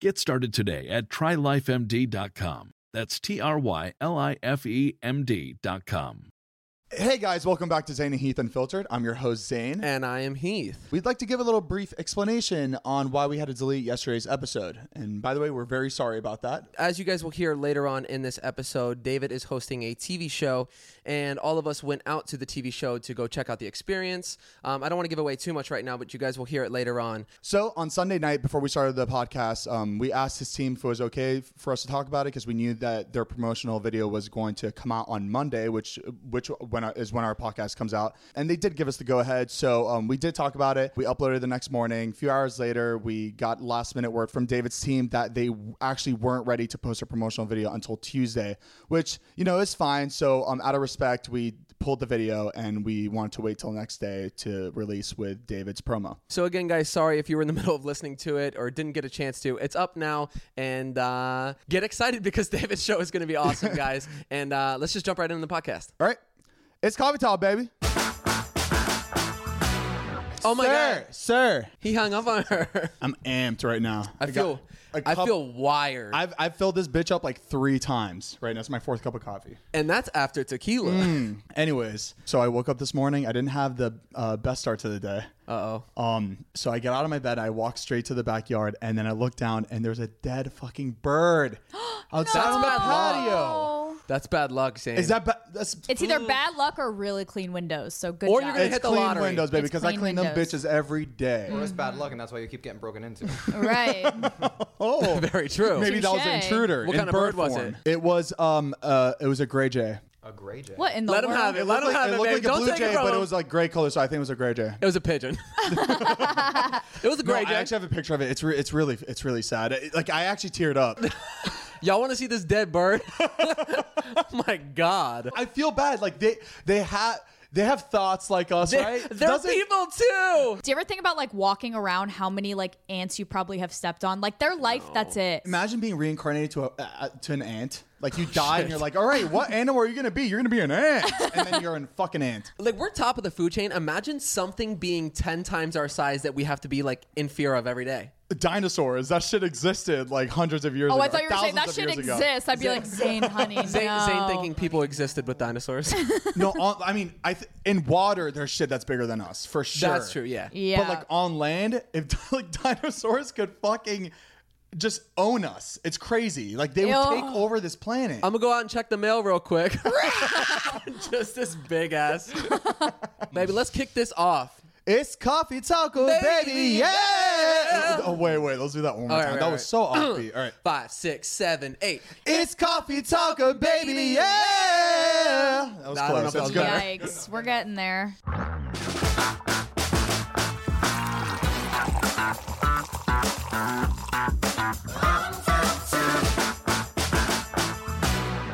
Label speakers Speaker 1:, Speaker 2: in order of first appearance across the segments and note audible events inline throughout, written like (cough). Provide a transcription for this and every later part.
Speaker 1: Get started today at trylifemd.com. That's T R Y L I F E M D.com.
Speaker 2: Hey guys, welcome back to Zane and Heath Unfiltered. I'm your host, Zane.
Speaker 3: And I am Heath.
Speaker 2: We'd like to give a little brief explanation on why we had to delete yesterday's episode. And by the way, we're very sorry about that.
Speaker 3: As you guys will hear later on in this episode, David is hosting a TV show, and all of us went out to the TV show to go check out the experience. Um, I don't want to give away too much right now, but you guys will hear it later on.
Speaker 2: So on Sunday night, before we started the podcast, um, we asked his team if it was okay f- for us to talk about it because we knew that their promotional video was going to come out on Monday, which which when our, is when our podcast comes out. And they did give us the go ahead, so um, we did talk about it. We uploaded the next morning. A few hours later, we got last minute word from David's team that they w- actually weren't ready to post a promotional video until Tuesday, which you know is fine. So um, out of respect, we pulled the video and we wanted to wait till next day to release with David's promo.
Speaker 3: So, again, guys, sorry if you were in the (laughs) middle of listening to it or didn't get a chance to. It's up now, and uh, get excited (laughs) because David's show is going to be
Speaker 2: (laughs)
Speaker 3: awesome, guys. and uh, let's just jump right into the podcast.
Speaker 2: All right, it's coffee talk, baby.
Speaker 3: Oh my
Speaker 2: sir,
Speaker 3: God.
Speaker 2: sir,
Speaker 3: He hung up on her. (laughs)
Speaker 2: I'm amped right now.
Speaker 3: I feel,
Speaker 2: a
Speaker 3: I
Speaker 2: cup-
Speaker 3: feel wired.
Speaker 2: I've, I've filled this bitch up like three times right now. It's my fourth cup of coffee.
Speaker 3: and that's after tequila.
Speaker 2: Mm. Anyways, so I woke up this morning. I didn't have the uh, best start to the day.
Speaker 3: Uh oh.
Speaker 2: Um, so I get out of my bed. I walk straight to the backyard, and then I look down, and there's a dead fucking bird outside
Speaker 3: That's
Speaker 2: on the
Speaker 3: bad luck.
Speaker 2: patio.
Speaker 3: That's bad luck, Zane.
Speaker 2: Is that ba- that's
Speaker 4: It's either bad luck or really clean windows. So good
Speaker 3: Or
Speaker 4: job.
Speaker 3: you're gonna
Speaker 2: it's
Speaker 3: hit the
Speaker 2: clean
Speaker 3: lottery.
Speaker 2: windows, baby,
Speaker 4: It's
Speaker 2: because I
Speaker 4: clean
Speaker 2: clean them
Speaker 4: windows.
Speaker 2: bitches every day.
Speaker 5: Or it's
Speaker 4: Mm-hmm.
Speaker 5: bad luck, and that's why you keep getting
Speaker 4: (laughs)
Speaker 5: broken into.
Speaker 4: right.
Speaker 3: (laughs)
Speaker 2: Oh,
Speaker 3: very true?
Speaker 2: maybe that was an
Speaker 4: Touche.
Speaker 2: intruder.
Speaker 3: What
Speaker 2: in
Speaker 3: kind of bird was
Speaker 2: form.
Speaker 3: it?
Speaker 2: It was um uh it was a gray jay.
Speaker 5: A gray jay.
Speaker 4: What in the
Speaker 3: Let him
Speaker 4: world?
Speaker 3: have it. Let him
Speaker 2: looked like,
Speaker 3: have it.
Speaker 2: looked
Speaker 3: man.
Speaker 2: like
Speaker 3: Don't
Speaker 2: a blue
Speaker 3: take
Speaker 2: jay,
Speaker 3: it from
Speaker 2: but
Speaker 3: him.
Speaker 2: it was like gray color, so I think it was a gray jay.
Speaker 3: It was
Speaker 2: (laughs)
Speaker 3: a pigeon. it was a
Speaker 2: No,
Speaker 3: gray
Speaker 2: I
Speaker 3: jay.
Speaker 2: actually have a picture of it. It's re- it's really it's really sad. It- like I actually teared
Speaker 3: (laughs)
Speaker 2: up.
Speaker 3: Y'all want to see this dead bird? (laughs) oh my god.
Speaker 2: I feel bad. Like they they have they have thoughts like us,
Speaker 3: There,
Speaker 2: right?
Speaker 3: there are
Speaker 2: Doesn't-
Speaker 3: people too.
Speaker 4: Do you ever think about like walking around how many like ants you probably have stepped on? Like their life, that's it.
Speaker 2: Imagine being reincarnated to a uh, to an ant. Like
Speaker 3: Oh,
Speaker 2: you die and you're like, all right, what animal are you gonna be? You're gonna be an
Speaker 3: (laughs)
Speaker 2: ant, and then you're an fucking ant.
Speaker 3: Like we're top of the food chain. Imagine something being ten times our size that we have to be like in fear of every day.
Speaker 2: Dinosaurs. That shit existed like hundreds of years.
Speaker 4: oh,
Speaker 2: ago.
Speaker 4: I thought you were saying that
Speaker 2: thousands of
Speaker 4: shit
Speaker 2: years ago.
Speaker 4: exists. I'd be like, Zane, honey.
Speaker 3: (laughs) Zane,
Speaker 4: no.
Speaker 3: Zane thinking people existed with (laughs) dinosaurs.
Speaker 2: no, on, I mean, I th- in water there's shit that's bigger than us for sure.
Speaker 3: That's true. Yeah.
Speaker 4: Yeah.
Speaker 2: But like on land, if (laughs) like dinosaurs could fucking just own us, it's crazy. Like they would
Speaker 4: Ew.
Speaker 2: take over this planet.
Speaker 3: I'm gonna go out and check the mail real (laughs) quick. Just this big (laughs) ass. Baby, let's kick this off.
Speaker 2: It's coffee taco,
Speaker 3: Baby,
Speaker 2: baby, yeah.
Speaker 3: yeah.
Speaker 2: Oh wait, wait, let's do that one more
Speaker 3: All right,
Speaker 2: time.
Speaker 3: right,
Speaker 2: that
Speaker 3: right.
Speaker 2: was so offbeat. All right.
Speaker 3: (clears throat) Five, six, seven, eight.
Speaker 2: It's coffee taco, baby, yeah. That was
Speaker 3: I don't know
Speaker 2: close.
Speaker 3: if that
Speaker 2: That's
Speaker 3: was
Speaker 2: good.
Speaker 3: better.
Speaker 4: Yikes. We're getting
Speaker 3: (laughs)
Speaker 4: there.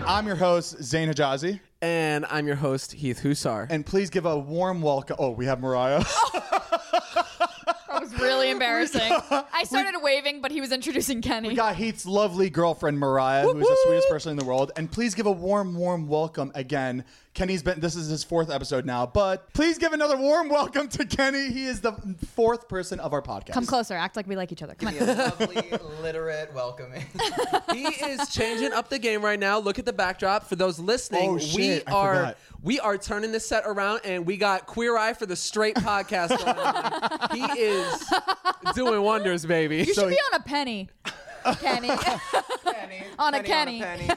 Speaker 2: I'm your host Zain Hajazi,
Speaker 3: And I'm your host, Heath Hussar.
Speaker 2: and please give a warm welcome. Oh, we have Mariah. (laughs)
Speaker 4: That was really embarrassing. I started waving, but he was introducing Kenny.
Speaker 2: We got Heath's lovely girlfriend Mariah, who is the sweetest person in the world. And please give a warm, warm welcome again. Kenny's been this is his fourth episode now, but please give another warm welcome to Kenny. He is the fourth person of our podcast.
Speaker 4: Come closer. Act like we like each other. Come (laughs) on.
Speaker 5: Lovely, literate, welcoming.
Speaker 3: he is changing up the game right now. Look at the backdrop. For those listening,
Speaker 2: Oh,
Speaker 3: we
Speaker 2: shit, I
Speaker 3: are
Speaker 2: forgot.
Speaker 3: we are turning this set around and we got Queer Eye for the straight podcast going on. He is doing wonders, baby.
Speaker 4: You
Speaker 2: So
Speaker 3: (laughs)
Speaker 4: should be on a (laughs) penny. Kenny. on a Kenny.
Speaker 5: On a penny.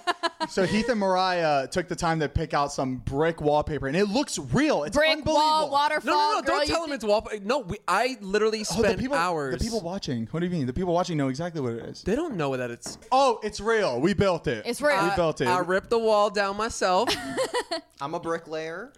Speaker 2: so Heath and Mariah took the time to pick out some brick wallpaper, and it looks real. It's
Speaker 4: Brick
Speaker 2: unbelievable.
Speaker 4: wall,
Speaker 3: No,
Speaker 4: waterfall.
Speaker 3: no, no!
Speaker 4: girl,
Speaker 3: Don't
Speaker 4: you
Speaker 3: tell him it's wallpaper. No, we, I literally
Speaker 2: Oh, the
Speaker 3: spent
Speaker 2: people,
Speaker 3: hours.
Speaker 2: The people watching. What do you mean? The people watching know exactly what it is.
Speaker 3: they don't know that it's.
Speaker 2: Oh, it's real. We built it.
Speaker 4: It's real.
Speaker 2: We
Speaker 4: Uh,
Speaker 2: built it.
Speaker 3: I ripped the wall down myself.
Speaker 5: I'm a bricklayer.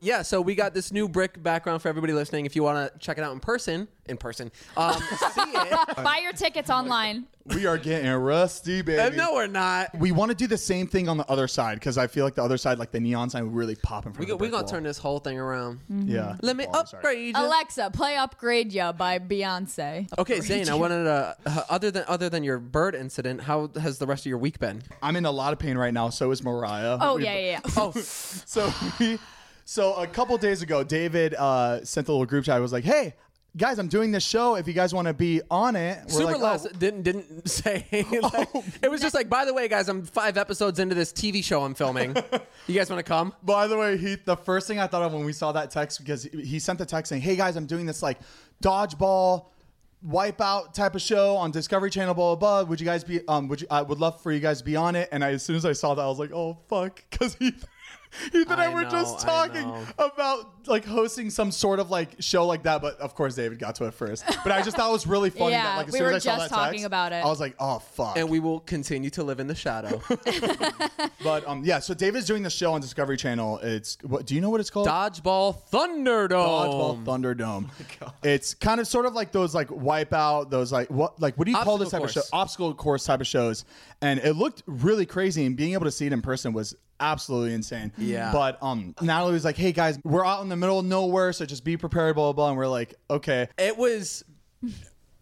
Speaker 3: yeah, so we got this new brick background for everybody listening. If you want to check it out in person, in person,
Speaker 2: (laughs)
Speaker 3: um, see it.
Speaker 4: Buy your tickets
Speaker 3: (laughs)
Speaker 4: online.
Speaker 2: we are getting rusty,
Speaker 3: Uh,
Speaker 2: baby.
Speaker 3: no, we're not.
Speaker 2: We want to do the same thing on the other side because I feel like the other side, like the neon sign, would really pop in front
Speaker 3: We
Speaker 2: of the
Speaker 3: go, we're
Speaker 2: brick
Speaker 3: gonna
Speaker 2: wall.
Speaker 3: turn this whole thing around.
Speaker 2: Yeah.
Speaker 3: Let me
Speaker 2: Oh, I'm sorry.
Speaker 3: upgrade you.
Speaker 4: Alexa, play Upgrade Ya by Beyonce.
Speaker 3: Okay, Zane. I wanted to. Uh, other than other than your bird incident, how has the rest of your week been?
Speaker 2: I'm in a lot of pain right now. So is Mariah.
Speaker 4: Oh,
Speaker 2: We-
Speaker 4: yeah, yeah, yeah.
Speaker 3: (laughs) Oh,
Speaker 2: So (laughs) we, so a couple days ago, David uh, sent the little group chat. I was like, hey. Guys, I'm doing this show. If you guys want to be on it, we're
Speaker 3: super
Speaker 2: like, oh,
Speaker 3: last didn't didn't say. (laughs) like, It was just like, by the way, guys, I'm five episodes into this TV show I'm
Speaker 2: (laughs)
Speaker 3: filming. you guys want to come?
Speaker 2: By the way, Heath, the first thing I thought of when we saw that text because he he sent the text saying, "Hey guys, I'm doing this like dodgeball wipeout type of show on Discovery Channel, blah blah blah. Would you guys be? Um, would you? I would love for you guys to be on it." And I, as soon as I saw that, I was like, "Oh fuck," (laughs) because Heath. Heath and I,
Speaker 3: I
Speaker 2: were just
Speaker 3: know, I
Speaker 2: talking
Speaker 3: know.
Speaker 2: about like hosting some sort of like show like that, but of course David got to it first. But I just thought it was really funny that
Speaker 4: Yeah,
Speaker 2: like as
Speaker 4: we
Speaker 2: soon
Speaker 4: were
Speaker 2: as I saw
Speaker 4: just
Speaker 2: that text,
Speaker 4: talking about it.
Speaker 2: I was like, oh fuck.
Speaker 3: And we will continue to live in
Speaker 2: (laughs)
Speaker 3: the shadow.
Speaker 2: but um, yeah. So David's doing the show on Discovery Channel. It's what? Do you know what it's called?
Speaker 3: Dodgeball Thunderdome.
Speaker 2: Dodgeball
Speaker 3: (laughs) Oh
Speaker 2: Thunderdome. it's kind of sort of like those like wipeout, those like what like what do you call this type
Speaker 3: Obstacle
Speaker 2: of
Speaker 3: course.
Speaker 2: show? Obstacle course type of shows. And it looked really crazy and being able to see it in person was absolutely insane.
Speaker 3: Yeah.
Speaker 2: But um Natalie was like, Hey guys, we're out in the middle of nowhere, so just be prepared, blah blah blah. And we're like, okay.
Speaker 3: It was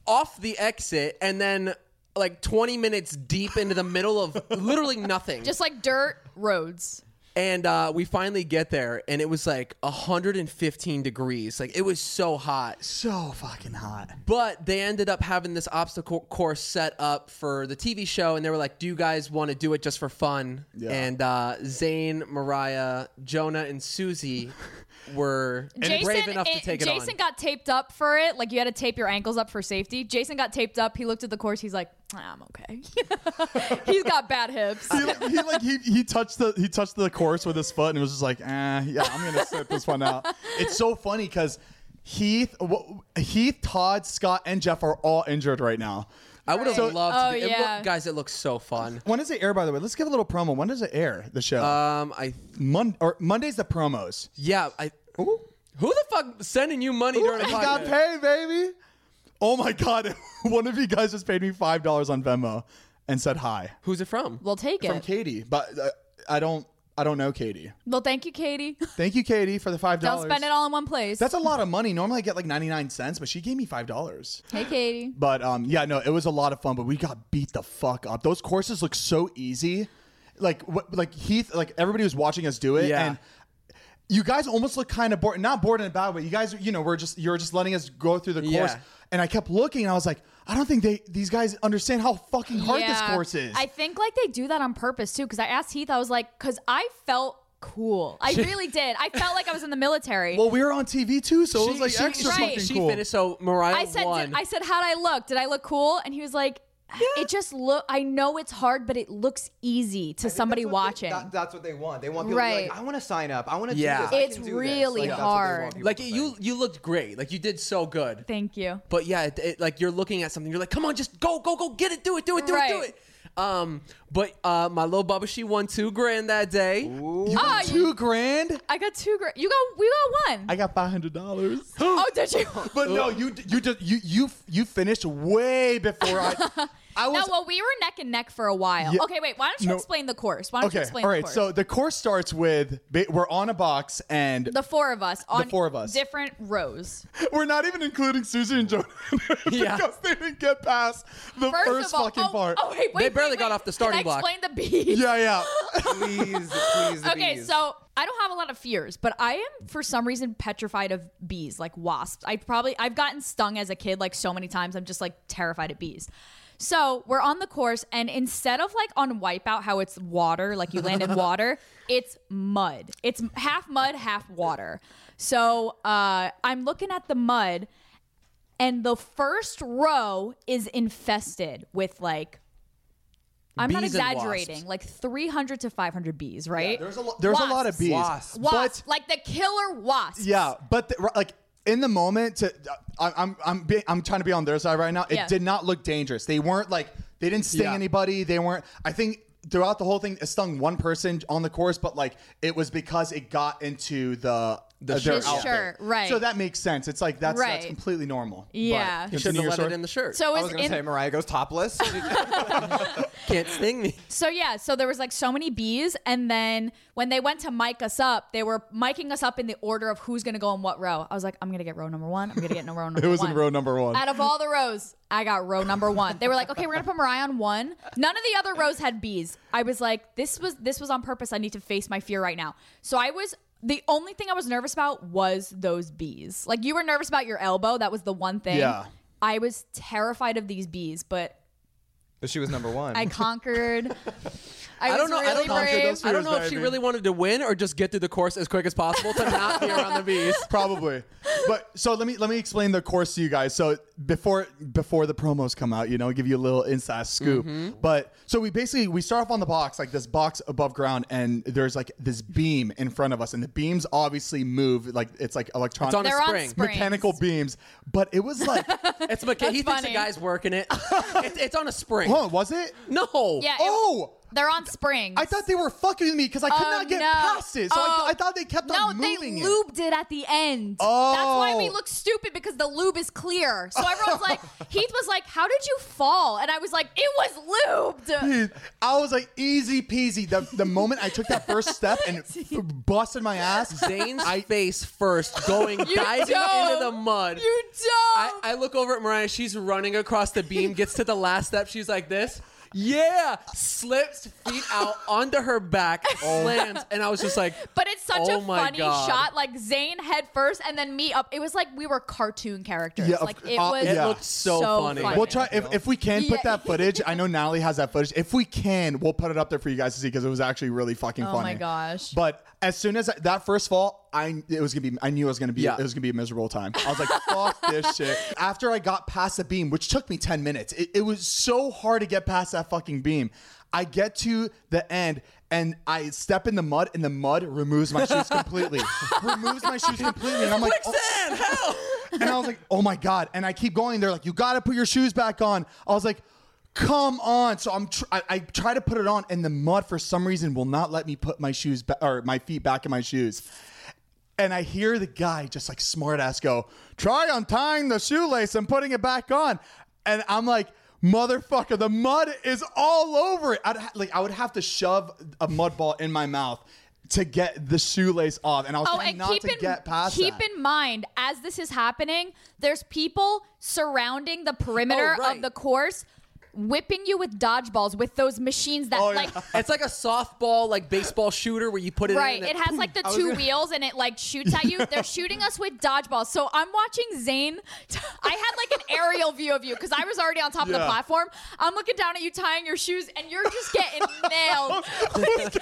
Speaker 3: off the exit, and then like 20 minutes deep into the middle of literally nothing.
Speaker 4: Just like dirt roads.
Speaker 3: And uh, we finally get there, and it was like 115 degrees. Like it was so hot.
Speaker 2: So fucking hot.
Speaker 3: But they ended up having this obstacle course set up for the TV show, and they were like, "Do you guys want to do it just for fun?"
Speaker 2: Yeah.
Speaker 3: And uh, Zane, Mariah, Jonah, and Susie were brave enough to
Speaker 4: it-
Speaker 3: take it
Speaker 4: Jason
Speaker 3: on.
Speaker 4: got taped up for it. Like you had to tape your ankles up for safety. Jason got taped up. He looked at the course. He's like, "Ah, I'm okay. (laughs) He's got bad
Speaker 3: (laughs)
Speaker 4: hips.
Speaker 2: He, like- he like he, he touched the he touched the course with his foot and was just like, eh, yeah, I'm gonna sit this one out. It's so funny because Heath, wh- Heath, Todd, Scott, and Jeff are all injured right now.
Speaker 3: I would have
Speaker 2: So-
Speaker 3: loved
Speaker 4: Oh,
Speaker 3: to be, it
Speaker 4: yeah.
Speaker 3: looked- guys, it looks so fun.
Speaker 2: Uh, When does it air? By the way, let's give a little promo. When does it air? The show
Speaker 3: Um, I
Speaker 2: Mon- or Monday's the promos.
Speaker 3: yeah, I who the fuck sending you money during a
Speaker 2: Ooh, he got
Speaker 3: podcast?
Speaker 2: paid, baby. Oh my god, (laughs) one of you guys just paid me five dollars on Venmo and said hi
Speaker 3: Who's it from?
Speaker 4: We'll take
Speaker 2: from
Speaker 4: it.
Speaker 2: Katie, but uh, I don't I don't know Katie.
Speaker 4: well, thank you, Katie. (laughs)
Speaker 2: Thank you, Katie, for the five
Speaker 4: Don't
Speaker 2: dollars.
Speaker 4: spend it all in one place.
Speaker 2: That's a lot of money. Normally I get like 99 cents, but she gave me $5.
Speaker 4: hey, Katie.
Speaker 2: But um yeah, no, it was a lot of fun, but we got beat the fuck up. Those courses look so easy. Like what like Heath, like everybody was watching us do it
Speaker 3: Yeah.
Speaker 2: and you guys almost look kind of bored, not bored in a bad way. You guys, you know, we're just you're just letting us go through the course.
Speaker 3: Yeah.
Speaker 2: And I kept looking and I was like, I don't think they these guys understand how fucking hard this
Speaker 4: Yeah.
Speaker 2: course is.
Speaker 4: I think like they do that on purpose too. Because I asked Heath, I was like, because I felt cool.
Speaker 2: (laughs)
Speaker 4: I really did. I felt like I was in the military.
Speaker 2: well, we were on TV too, so it was like
Speaker 3: she,
Speaker 2: extra
Speaker 4: Right.
Speaker 2: fucking
Speaker 3: she
Speaker 2: cool.
Speaker 3: finished. So Mariah
Speaker 4: I said,
Speaker 3: won.
Speaker 4: did, I said, how'd I look? Did I look cool? And he was like, it just look. I know it's hard, but it looks easy to somebody
Speaker 5: That's what they-
Speaker 4: watching.
Speaker 5: that- that's what they want. They want people to be
Speaker 4: Right.
Speaker 5: like, I want to sign up. I want to
Speaker 3: Yeah.
Speaker 5: do this. I
Speaker 4: It's
Speaker 5: can do this."
Speaker 4: really
Speaker 5: Like, that's what they want
Speaker 4: hard.
Speaker 5: people
Speaker 3: like
Speaker 5: to
Speaker 3: you,
Speaker 5: think.
Speaker 3: you looked great. Like you did so good.
Speaker 4: Thank you.
Speaker 3: But yeah, it, it, like you're looking at something, you're like, come on, just go, go, go, get it, do it, do it, do it, do
Speaker 4: Right.
Speaker 3: it. Um, but uh, my little bubba, she won two grand that day.
Speaker 2: You got
Speaker 4: Ah,
Speaker 2: two grand?
Speaker 4: I got two. Gra- you got. We got one.
Speaker 2: I got five hundred dollars. (gasps)
Speaker 4: oh, did
Speaker 2: (laughs)
Speaker 4: you?
Speaker 2: But no, you d- you did you you f- you finished way
Speaker 4: (laughs)
Speaker 2: before I. I
Speaker 4: No,
Speaker 2: was
Speaker 4: well, we were neck and neck for a while.
Speaker 2: Yeah.
Speaker 4: okay, wait. Why don't you
Speaker 2: No.
Speaker 4: explain the course? Why don't you
Speaker 2: okay.
Speaker 4: explain
Speaker 2: All
Speaker 4: the
Speaker 2: right,
Speaker 4: course?
Speaker 2: so the course starts with ba- we're on a box and
Speaker 4: the four of us on
Speaker 2: four of us.
Speaker 4: different rows.
Speaker 2: (laughs) we're not even including Susie and Jordan (laughs)
Speaker 3: Yeah.
Speaker 2: because they didn't get past the first,
Speaker 4: First, of all,
Speaker 2: fucking
Speaker 4: oh,
Speaker 2: part.
Speaker 4: oh, wait, wait,
Speaker 3: They
Speaker 4: wait,
Speaker 3: barely got
Speaker 4: wait.
Speaker 3: off the starting
Speaker 4: Can I
Speaker 3: block.
Speaker 4: Explain the beat.
Speaker 3: (laughs)
Speaker 2: Yeah, yeah.
Speaker 4: (laughs)
Speaker 5: please, please. the
Speaker 4: Okay,
Speaker 5: bees.
Speaker 4: so I don't have a lot of fears, but I am for some reason petrified of bees, like wasps. I probably I've gotten stung as a kid like so many times. I'm just like terrified of bees. So we're on the course, and instead of like on Wipeout, how it's water, like you land
Speaker 3: (laughs)
Speaker 4: in water, it's mud. It's half mud, half water. So uh, I'm looking at the mud, and the first row is infested with like I'm not
Speaker 3: Bees and wasps.
Speaker 4: exaggerating. Like 300 to 500 bees, right?
Speaker 2: There's a, lo- there's a lot of
Speaker 4: Wasps.
Speaker 2: bees.
Speaker 5: Wasps.
Speaker 4: Wasps,
Speaker 2: But
Speaker 4: like the killer wasps.
Speaker 2: yeah, but the, like in the moment, to, I, I'm I'm be, I'm trying to be on their side right now. It
Speaker 4: Yeah.
Speaker 2: did not look dangerous. They weren't like they didn't sting
Speaker 5: Yeah.
Speaker 2: anybody. They weren't. I think throughout the whole thing, it stung one person on the course, but like it was because it got into the. The their
Speaker 3: shirt.
Speaker 4: His
Speaker 2: outfit.
Speaker 4: shirt, right.
Speaker 2: So that makes sense. It's like that's that's
Speaker 4: Right.
Speaker 2: completely normal. But
Speaker 4: Yeah. You
Speaker 3: You shouldn't
Speaker 2: continue
Speaker 3: have
Speaker 2: your
Speaker 3: let
Speaker 2: story.
Speaker 3: it in the shirt.
Speaker 4: So
Speaker 5: I
Speaker 4: it's
Speaker 5: was gonna
Speaker 4: in,
Speaker 5: say Mariah
Speaker 4: (laughs)
Speaker 5: goes topless. (laughs)
Speaker 3: Can't sting me.
Speaker 4: So yeah, so there was like so many bees, and then when they went to mic us up, they were micing us up in the order of who's gonna go in what row. I was like, I'm gonna get row number one. I'm gonna get in row (laughs) number one.
Speaker 2: It was in row number one.
Speaker 4: Out of all the rows, I got row number one. They were like, okay, we're gonna put Mariah on one. None of the other rows had bees. I was like, this was this was on purpose. I need to face my fear right now. So I was the only thing I was nervous about was those bees. Like you were nervous about your elbow. That was the one thing.
Speaker 2: Yeah.
Speaker 4: I was terrified of these bees, but
Speaker 5: but she was number
Speaker 3: (laughs)
Speaker 5: one.
Speaker 4: I conquered. I,
Speaker 3: I
Speaker 4: was
Speaker 3: don't know.
Speaker 4: Really
Speaker 3: I don't know.
Speaker 4: brave.
Speaker 3: If she, I don't know if she really wanted to win or just get through the course as quick as possible to not be around
Speaker 4: (laughs)
Speaker 3: the bees.
Speaker 2: probably but so let me let me explain the course to you guys so before before the promos come out you know give you a little inside scoop
Speaker 3: Mm-hmm.
Speaker 2: but so we basically we start off on the box like this box above ground and there's like this beam in front of us and the beams obviously move like it's like electronic
Speaker 3: It's on a
Speaker 4: They're on
Speaker 3: spring.
Speaker 4: spring.
Speaker 2: mechanical beams but it was
Speaker 3: (laughs)
Speaker 2: like
Speaker 3: It's McKay. He thinks the
Speaker 4: funny.
Speaker 3: guy's
Speaker 4: (laughs)
Speaker 3: working it. It's, it's on a spring.
Speaker 2: hold on was it
Speaker 3: No.
Speaker 4: Yeah. it-
Speaker 2: oh
Speaker 4: They're on springs.
Speaker 2: I thought they were fucking with me because I could
Speaker 4: Oh,
Speaker 2: not get
Speaker 4: no.
Speaker 2: past it. So
Speaker 4: Oh.
Speaker 2: I, I thought they kept
Speaker 4: No,
Speaker 2: on
Speaker 4: they
Speaker 2: moving it.
Speaker 4: lubed it at the end. That's why we
Speaker 2: Oh.
Speaker 4: look stupid because the lube is clear. So everyone's
Speaker 3: (laughs)
Speaker 4: like, Heath was like, "How did you fall?" And I was like, "It was
Speaker 3: (laughs)
Speaker 4: lubed."
Speaker 2: Dude, I was like easy peasy. The, the moment I took that first step and f- busted my ass,
Speaker 3: Zane's face
Speaker 4: (laughs)
Speaker 3: first, going diving
Speaker 4: dove.
Speaker 3: into the mud.
Speaker 4: You
Speaker 3: I,
Speaker 4: don't.
Speaker 3: I look over at Mariah. She's running across the beam. Gets to the last step. She's like this. Yeah, slips feet out onto
Speaker 4: (laughs)
Speaker 3: her back, slams, and I was just like,
Speaker 4: Oh. but it's such a
Speaker 3: oh my
Speaker 4: funny
Speaker 3: God.
Speaker 4: shot, like Zayn head first and then me up. It was like we were cartoon characters.
Speaker 2: Yeah, of-
Speaker 4: like it
Speaker 2: uh,
Speaker 4: was.
Speaker 2: it
Speaker 3: looked so funny.
Speaker 2: we'll try if, if we can put
Speaker 4: Yeah.
Speaker 2: that footage. I know Natalie has that footage. If we can, we'll put it up there for you guys to see because it was actually really fucking
Speaker 4: Oh
Speaker 2: funny.
Speaker 4: my gosh.
Speaker 2: But as soon as I, that first fall, I it was gonna be. I knew it was gonna be.
Speaker 3: Yeah.
Speaker 2: It was gonna be a miserable time. I was like, fuck this shit. After I got past the beam, which took me ten minutes, it, it was so hard to get past that fucking beam. I get to the end. And I step in the mud, and the mud removes my shoes completely. removes my shoes completely, and I'm like, oh, (laughs) and I was like, oh my God. And I keep going. They're like, you got to put your shoes back on. I was like, come on. So I'm, tr- I, I try to put it on, and the mud for some reason will not let me put my shoes ba- or my feet back in my shoes. And I hear the guy just like smart ass go, try untying the shoelace and putting it back on. And I'm like, motherfucker, the mud is all over it. I'd ha- like, I would have to shove a mud ball in my mouth to get the shoelace off. And I was
Speaker 4: Oh,
Speaker 2: trying
Speaker 4: and
Speaker 2: not
Speaker 4: keep
Speaker 2: to
Speaker 4: in
Speaker 2: get past
Speaker 4: keep
Speaker 2: that.
Speaker 4: in mind as this is happening, there's people surrounding the perimeter
Speaker 3: Oh, right.
Speaker 4: of the course, whipping you with dodgeballs with those machines that
Speaker 2: Oh, yeah.
Speaker 4: like.
Speaker 2: (laughs)
Speaker 3: It's like a softball, like baseball shooter where you put it
Speaker 4: Right,
Speaker 3: in.
Speaker 4: it has like
Speaker 2: (laughs)
Speaker 4: the two wheels and it like shoots at you. They're shooting us with dodgeballs. So I'm watching (laughs) Zayn. I had like an aerial view of you because I was already on top of the
Speaker 2: Yeah.
Speaker 4: platform. I'm looking down at you tying your shoes and you're just getting
Speaker 2: (laughs)
Speaker 4: nailed.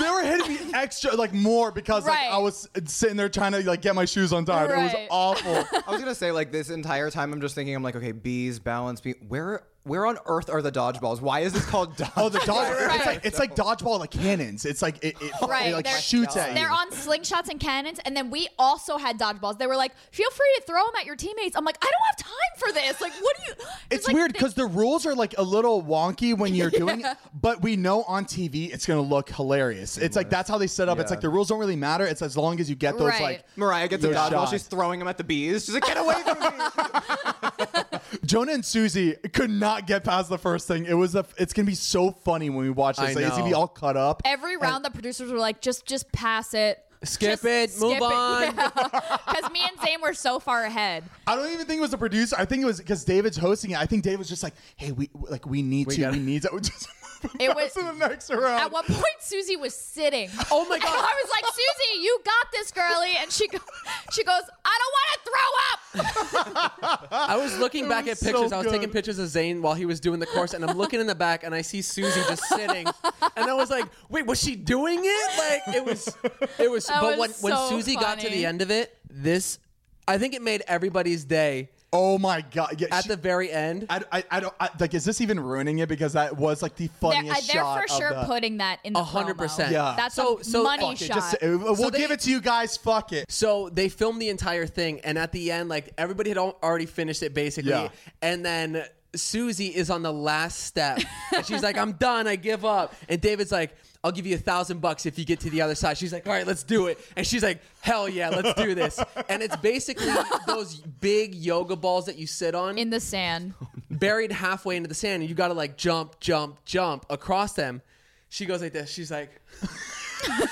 Speaker 2: they were
Speaker 4: (laughs)
Speaker 2: hitting me extra like more because
Speaker 4: Right.
Speaker 2: like I was sitting there trying to like get my shoes untied. It was
Speaker 4: Right. (laughs)
Speaker 2: awful.
Speaker 5: I was gonna say like this entire time I'm just thinking I'm like okay bees balance bee where where on earth are the dodgeballs why is this called dodge
Speaker 2: Oh, the dodge! It's
Speaker 4: Right.
Speaker 2: like it's like dodgeball like cannons. It's like it, it,
Speaker 3: (laughs)
Speaker 4: Right,
Speaker 2: it like
Speaker 4: they're-
Speaker 2: shoots at you.
Speaker 4: They're on slingshots and cannons, and then we also had dodgeballs. They were like, "Feel free to throw them at your teammates." I'm like, "I don't have time for this. Like, what do you?"
Speaker 2: it's
Speaker 4: like
Speaker 2: weird
Speaker 4: they-
Speaker 2: because the rules are like a little wonky when you're doing
Speaker 4: (laughs)
Speaker 2: it, but we know on TV it's gonna look hilarious. It's like that's how they set up. It's
Speaker 5: Yeah.
Speaker 2: like the rules don't really matter. It's as long as you get those
Speaker 4: Right.
Speaker 2: like
Speaker 5: (laughs) Mariah gets a
Speaker 2: those
Speaker 5: dodgeball
Speaker 2: shots.
Speaker 5: she's throwing him at the bees she's like get away from
Speaker 4: (laughs)
Speaker 5: me
Speaker 2: Jonah and Susie could not get past the first thing. It was a, it's gonna be so funny when we watch this.
Speaker 3: I
Speaker 2: like, It's gonna be
Speaker 3: know.
Speaker 2: all cut up.
Speaker 4: every round the producers were like, "Just, just pass it."
Speaker 3: Skip
Speaker 4: Just
Speaker 3: it, move on.
Speaker 4: (laughs) Because me and Zane were so far ahead.
Speaker 2: I don't even think it was the producer. I think it was because David's hosting it. I think Dave was just like, "Hey, we like we need to, we need to." (laughs) Just
Speaker 4: It
Speaker 2: it
Speaker 4: was-
Speaker 2: was to the next round.
Speaker 4: At one point, Susie was sitting.
Speaker 3: Oh my
Speaker 4: (laughs) And
Speaker 3: God.
Speaker 4: I was like, "Susie, you got this, girly," and she, go- she goes, "I don't want to throw up."
Speaker 3: I was looking back
Speaker 2: was
Speaker 3: at pictures.
Speaker 2: so
Speaker 3: I was taking
Speaker 2: good.
Speaker 3: pictures of Zane while he was doing the course, and I'm looking in the back and I see Susie just sitting, and I was like, "Wait, was she doing it?" Like it was, it was.
Speaker 4: That
Speaker 3: but
Speaker 4: was
Speaker 3: when when
Speaker 4: so
Speaker 3: Susie got to
Speaker 4: funny.
Speaker 3: the end of it, this, I think it made everybody's day
Speaker 2: Oh my god! Yeah,
Speaker 3: At
Speaker 2: she-
Speaker 3: the very end,
Speaker 2: I, I, I don't I, like. Is this even ruining it? Because that was like the
Speaker 4: They're, uh,
Speaker 2: funniest
Speaker 4: they're
Speaker 2: shot.
Speaker 4: for sure
Speaker 2: of the,
Speaker 4: putting that in the
Speaker 3: A hundred
Speaker 4: promo.
Speaker 3: percent.
Speaker 2: Yeah.
Speaker 4: That's
Speaker 3: So-
Speaker 4: a
Speaker 3: so-
Speaker 4: money
Speaker 3: Fuck
Speaker 2: It
Speaker 4: shot.
Speaker 2: just- uh, we'll
Speaker 3: So they-
Speaker 2: give it to you guys. Fuck it. (laughs)
Speaker 3: So they filmed the entire thing, and at the end, like everybody had al- already finished it basically,
Speaker 2: Yeah.
Speaker 3: and then Susie is on the last step, and she's like, "I'm done, I give up," and David's like. I'll give you a thousand bucks if you get to the other side. She's like, all right, let's do it. And she's like, hell yeah, let's do this. And it's basically those big yoga balls that you sit on
Speaker 4: in the sand.
Speaker 3: buried halfway into the sand, and you gotta like jump, jump, jump across them. She goes like this. She's like, ready